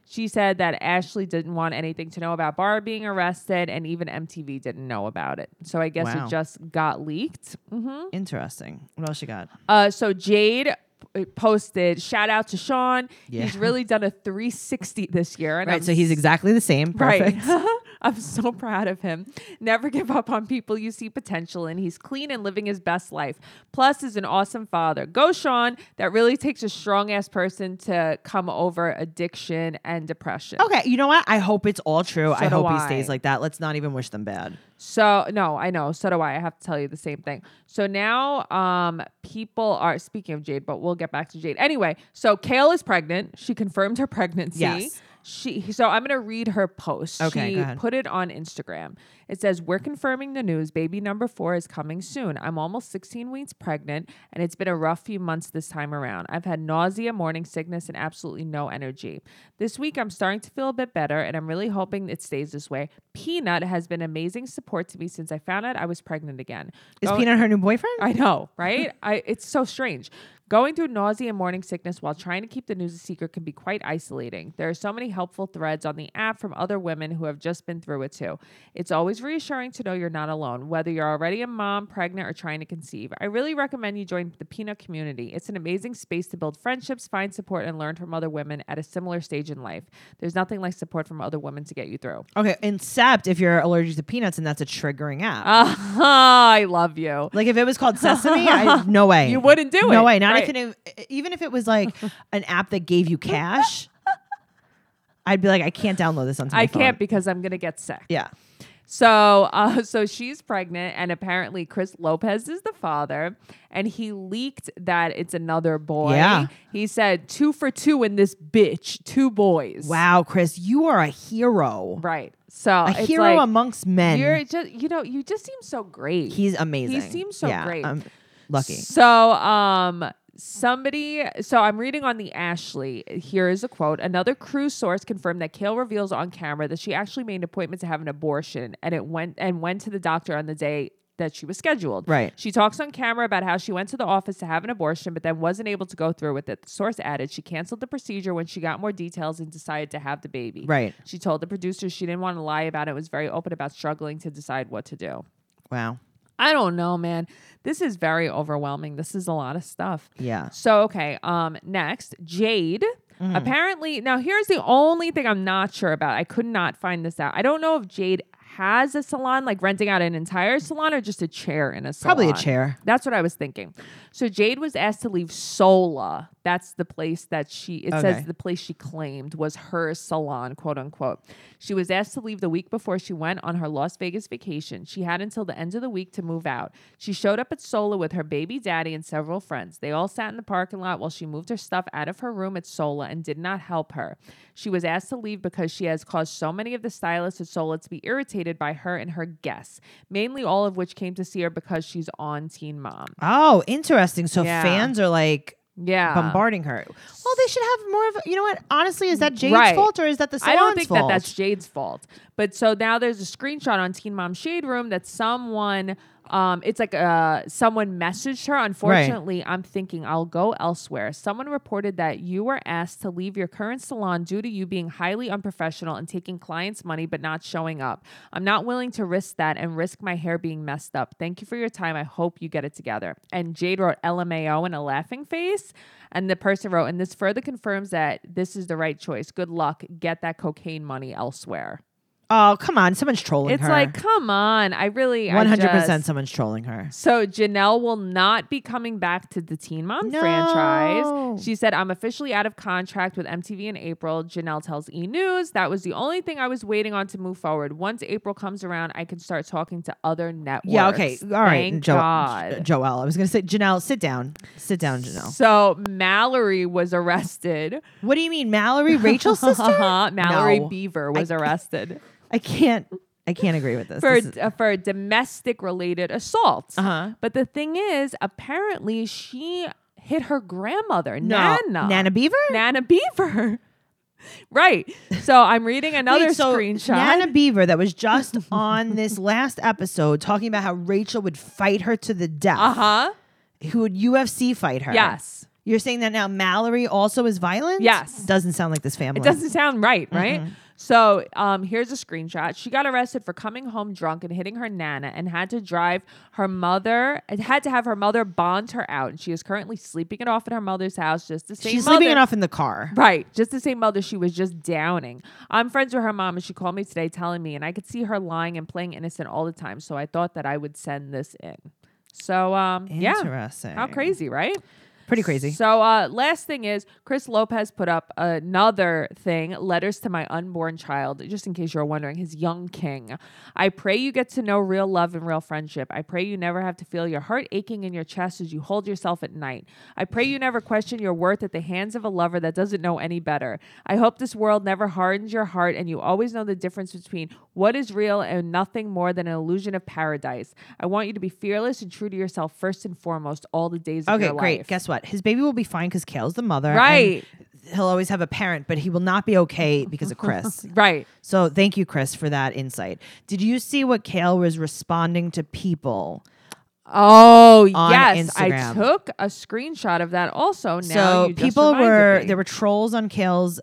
Speaker 2: She said that Ashley didn't want anything to know about Barr being arrested, and even MTV didn't know about it. So I guess
Speaker 1: Wow.
Speaker 2: it just got leaked. hmm
Speaker 1: Interesting. What else you got?
Speaker 2: uh, so Jade p- posted shout out to Sean.
Speaker 1: Yeah.
Speaker 2: He's really done a 360 this year. And
Speaker 1: right.
Speaker 2: I'm
Speaker 1: so he's exactly the same. Perfect.
Speaker 2: Right. [laughs] I'm so proud of him. Never give up on people you see potential in. He's clean and living his best life. Plus, is an awesome father. Go, Sean. That really takes a strong ass person to come over addiction and depression.
Speaker 1: [laughs] Okay. You know what? I hope it's all true. I
Speaker 2: do
Speaker 1: hope he
Speaker 2: I.
Speaker 1: stays like that. Let's not even wish them bad.
Speaker 2: So no, I know. So do I. I have to tell you the same thing. So now, um, people are speaking of Jade, but we'll get back to Jade anyway. So Kale is pregnant. She confirmed her pregnancy.
Speaker 1: Yes.
Speaker 2: She. So I'm gonna read her post.
Speaker 1: Okay,
Speaker 2: She
Speaker 1: go ahead.
Speaker 2: put it on Instagram. It says, "We're confirming the news. Baby number four is coming soon. I'm almost 16 weeks pregnant, and it's been a rough few months this time around. I've had nausea, morning sickness, and absolutely no energy. This week, I'm starting to feel a bit better, and I'm really hoping it stays this way. Peanut has been amazing support to me since I found out I was pregnant again.
Speaker 1: Is
Speaker 2: Go-
Speaker 1: Peanut her new boyfriend?
Speaker 2: I know, right? I it's so strange. Going through nausea and morning sickness while trying to keep the news a secret can be quite isolating. There are so many helpful threads on the app from other women who have just been through it too. It's always reassuring to know you're not alone, whether you're already a mom, pregnant, or trying to conceive. I really recommend you join the Peanut community. It's an amazing space to build friendships, find support, and learn from other women at a similar stage in life. There's nothing like support from other women to get you through. [laughs]
Speaker 1: okay. Except if you're allergic to peanuts and that's a triggering app.
Speaker 2: Ah, I love you.
Speaker 1: like if it was
Speaker 2: [laughs]
Speaker 1: called Sesame, I, no way.
Speaker 2: You wouldn't do
Speaker 1: no
Speaker 2: it.
Speaker 1: No way. Not
Speaker 2: Right.
Speaker 1: if it, e, even if it was
Speaker 2: [laughs]
Speaker 1: like an app that gave you cash. I'd be like, I can't download this onto my
Speaker 2: I
Speaker 1: phone.
Speaker 2: can't because I'm gonna get sick.
Speaker 1: Yeah.
Speaker 2: So, uh, [laughs] so she's pregnant, and apparently Chris Lopez is the father, and he leaked that it's another boy.
Speaker 1: Yeah.
Speaker 2: He said two for two in this bitch, two boys.
Speaker 1: Wow, Chris, you are a hero.
Speaker 2: Right. So
Speaker 1: A
Speaker 2: it's
Speaker 1: hero
Speaker 2: like,
Speaker 1: amongst men.
Speaker 2: You're just, you know, you just seem so great.
Speaker 1: He's amazing.
Speaker 2: seems so
Speaker 1: Yeah,
Speaker 2: great.
Speaker 1: I'm lucky.
Speaker 2: So, um, somebody, so I'm reading on the Ashley. Here is a quote. Another crew source confirmed that Kale reveals on camera that she actually made an appointment to have an abortion and it went and went to the doctor on the day that she was scheduled.
Speaker 1: Right.
Speaker 2: She talks on camera about how she went to the office to have an abortion, but then wasn't able to go through with it. The source added she canceled the procedure when she got more details and decided to have the baby.
Speaker 1: Right.
Speaker 2: She told the producers she didn't want to lie about it, was very open about struggling to decide what to do.
Speaker 1: Wow.
Speaker 2: I don't know, man. This is very overwhelming. This is a lot of stuff.
Speaker 1: Yeah.
Speaker 2: So okay, um next, Jade.
Speaker 1: Mm-hmm.
Speaker 2: Apparently, now here's the only thing I'm not sure about. I could not find this out. I don't know if Jade has a salon like renting out an entire salon or just a chair in a salon.
Speaker 1: Probably a chair.
Speaker 2: That's what I was thinking. So Jade was asked to leave Sola. That's the place that she it
Speaker 1: Okay.
Speaker 2: says the place she claimed was her salon, quote unquote. She was asked to leave the week before she went on her Las Vegas vacation. She had until the end of the week to move out. She showed up at Sola with her baby daddy and several friends. They all sat in the parking lot while she moved her stuff out of her room at Sola and did not help her. She was asked to leave because she has caused so many of the stylists at Sola to be irritated by her and her guests, mainly all of which came to see her because she's on Teen Mom.
Speaker 1: Oh, interesting. So
Speaker 2: Yeah. Uh.
Speaker 1: fans are like
Speaker 2: Yeah.
Speaker 1: bombarding her. Well, they should have more of. a- You know what? Honestly, is that Jade's
Speaker 2: Right.
Speaker 1: fault or is that the
Speaker 2: I
Speaker 1: salon's
Speaker 2: don't think
Speaker 1: fault?
Speaker 2: that that's Jade's fault. But so now there's a screenshot on Teen Mom Shade Room that someone, um, it's like uh, someone messaged her. Unfortunately, I'm thinking I'll go elsewhere. Someone reported that you were asked to leave your current salon due to you being highly unprofessional and taking clients' money but not showing up. I'm not willing to risk that and risk my hair being messed up. Thank you for your time. I hope you get it together. And Jade wrote LMAO and a laughing face. And the person wrote, and this further confirms that this is the right choice. Good luck. Get that cocaine money elsewhere.
Speaker 1: oh, come on. Someone's trolling
Speaker 2: it's
Speaker 1: her.
Speaker 2: like, come on. I really, I
Speaker 1: 100%
Speaker 2: just-
Speaker 1: someone's trolling her.
Speaker 2: So Janelle will not be coming back to the Teen Mom
Speaker 1: No.
Speaker 2: franchise. She said, I'm officially out of contract with MTV in April. Janelle tells E News, that was the only thing I was waiting on to move forward. Once April comes around, I can start talking to other networks.
Speaker 1: Yeah, okay. All right,
Speaker 2: Thank
Speaker 1: Jo-
Speaker 2: God.
Speaker 1: Joelle. I was going to say, Janelle, sit down. Sit down, Janelle.
Speaker 2: So Mallory was arrested. Uh-huh.
Speaker 1: What do you mean, Mallory, Rachel's
Speaker 2: [laughs]
Speaker 1: sister?
Speaker 2: Mallory
Speaker 1: No.
Speaker 2: Beaver was arrested
Speaker 1: I can't. I can't agree with this.
Speaker 2: for
Speaker 1: This is-
Speaker 2: uh, for domestic related assault.
Speaker 1: Uh-huh.
Speaker 2: But the thing is, apparently she hit her grandmother,
Speaker 1: no.
Speaker 2: Nana.
Speaker 1: Nana Beaver?
Speaker 2: Nana Beaver. [laughs] right. So I'm reading another
Speaker 1: Wait, so
Speaker 2: screenshot.
Speaker 1: Nana Beaver that was
Speaker 2: [laughs]
Speaker 1: just on this last episode talking about how Rachel would fight her to the death.
Speaker 2: uh huh.
Speaker 1: Who would UFC fight her?
Speaker 2: Yes.
Speaker 1: You're saying that now Mallory also is violent?
Speaker 2: Yes.
Speaker 1: Doesn't sound like this family.
Speaker 2: It doesn't sound right, right?
Speaker 1: Mm-hmm.
Speaker 2: So um, here's a screenshot. She got arrested for coming home drunk and hitting her nana, and had to drive her mother. and Had to have her mother bond her out, and she is currently sleeping it off at her mother's house just to save.
Speaker 1: She's
Speaker 2: mother.
Speaker 1: sleeping it off in the car.
Speaker 2: Right. Just the same mother she was just downing. I'm friends with her mom and she called me today telling me, and I could see her lying and playing innocent all the time. So I thought that I would send this in. So, um, yeah.
Speaker 1: Interesting.
Speaker 2: How crazy, right?
Speaker 1: Pretty crazy.
Speaker 2: So, uh, last thing is Chris Lopez put up another thing letters to my unborn child, just in case you're wondering, his young king. I pray you get to know real love and real friendship. I pray you never have to feel your heart aching in your chest as you hold yourself at night. I pray you never question your worth at the hands of a lover that doesn't know any better. I hope this world never hardens your heart and you always know the difference between what is real and nothing more than an illusion of paradise. I want you to be fearless and true to yourself first and foremost all the days of
Speaker 1: okay,
Speaker 2: your life.
Speaker 1: great. Guess what? His baby will be fine because Kale's the mother. and
Speaker 2: Right.
Speaker 1: He'll always have a parent, but he will not be okay because of
Speaker 2: [laughs]
Speaker 1: Chris.
Speaker 2: Right.
Speaker 1: So thank you, Chris, for that insight. Did you see what Kale was responding to people?
Speaker 2: Oh
Speaker 1: On
Speaker 2: yes, I
Speaker 1: Instagram.
Speaker 2: took a screenshot of that. Also, now
Speaker 1: so
Speaker 2: you just
Speaker 1: people
Speaker 2: reminded
Speaker 1: were
Speaker 2: me.
Speaker 1: there were trolls on Kale's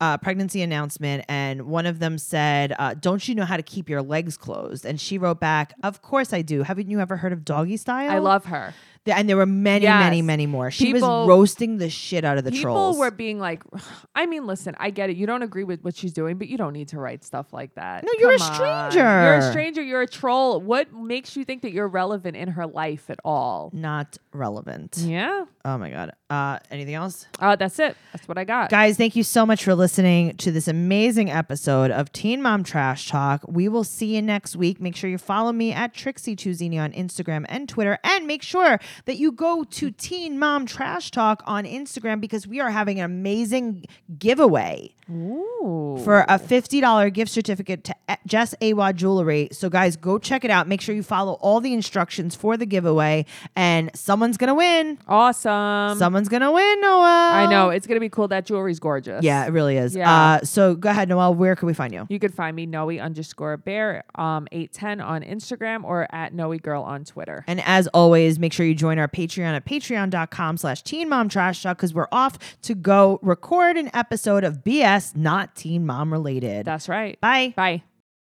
Speaker 1: uh, pregnancy announcement, and one of them said, uh, "Don't you know how to keep your legs closed?" And she wrote back, "Of course I do. Haven't you ever heard of doggy style?"
Speaker 2: I love her.
Speaker 1: Th- and there were many, many,
Speaker 2: Yes.
Speaker 1: many more. She
Speaker 2: People-
Speaker 1: was roasting the shit out of the
Speaker 2: people
Speaker 1: trolls.
Speaker 2: were being like, [sighs] I mean, listen, I get it. You don't agree with what she's doing, but you don't need to write stuff like that.
Speaker 1: No, you're a
Speaker 2: Come on.
Speaker 1: stranger.
Speaker 2: You're a stranger. You're a troll. What makes you think that you're relevant in her life at all?
Speaker 1: not relevant.
Speaker 2: Yeah.
Speaker 1: Oh my god. Uh, anything else?
Speaker 2: Uh, that's it. That's what I got.
Speaker 1: Guys, thank you so much for listening to this amazing episode of Teen Mom Trash Talk. We will see you next week. Make sure you follow me at Trixie Tuzini on Instagram and Twitter. And make sure that you go to Teen Mom Trash Talk on Instagram because we are having an amazing giveaway
Speaker 2: Ooh.
Speaker 1: for a $50 gift certificate to E- Jess Awa Jewelry. So, guys, go check it out. Make sure you follow all the instructions for the giveaway, and someone's going to win.
Speaker 2: awesome.
Speaker 1: Someone's going to win, Noah.
Speaker 2: Mm. I know it's gonna be cool. That jewelry's gorgeous.
Speaker 1: Yeah, it really is.
Speaker 2: Yeah.
Speaker 1: Uh, so go ahead, Noel. Where can we find you?
Speaker 2: You can find me Noe underscore bear um, 810 on Instagram or at Noe girl on Twitter.
Speaker 1: And as always, make sure you join our Patreon at patreon.com slash teen mom trash talk because we're off to go record an episode of BS not teen mom related.
Speaker 2: That's right.
Speaker 1: Bye.
Speaker 2: Bye.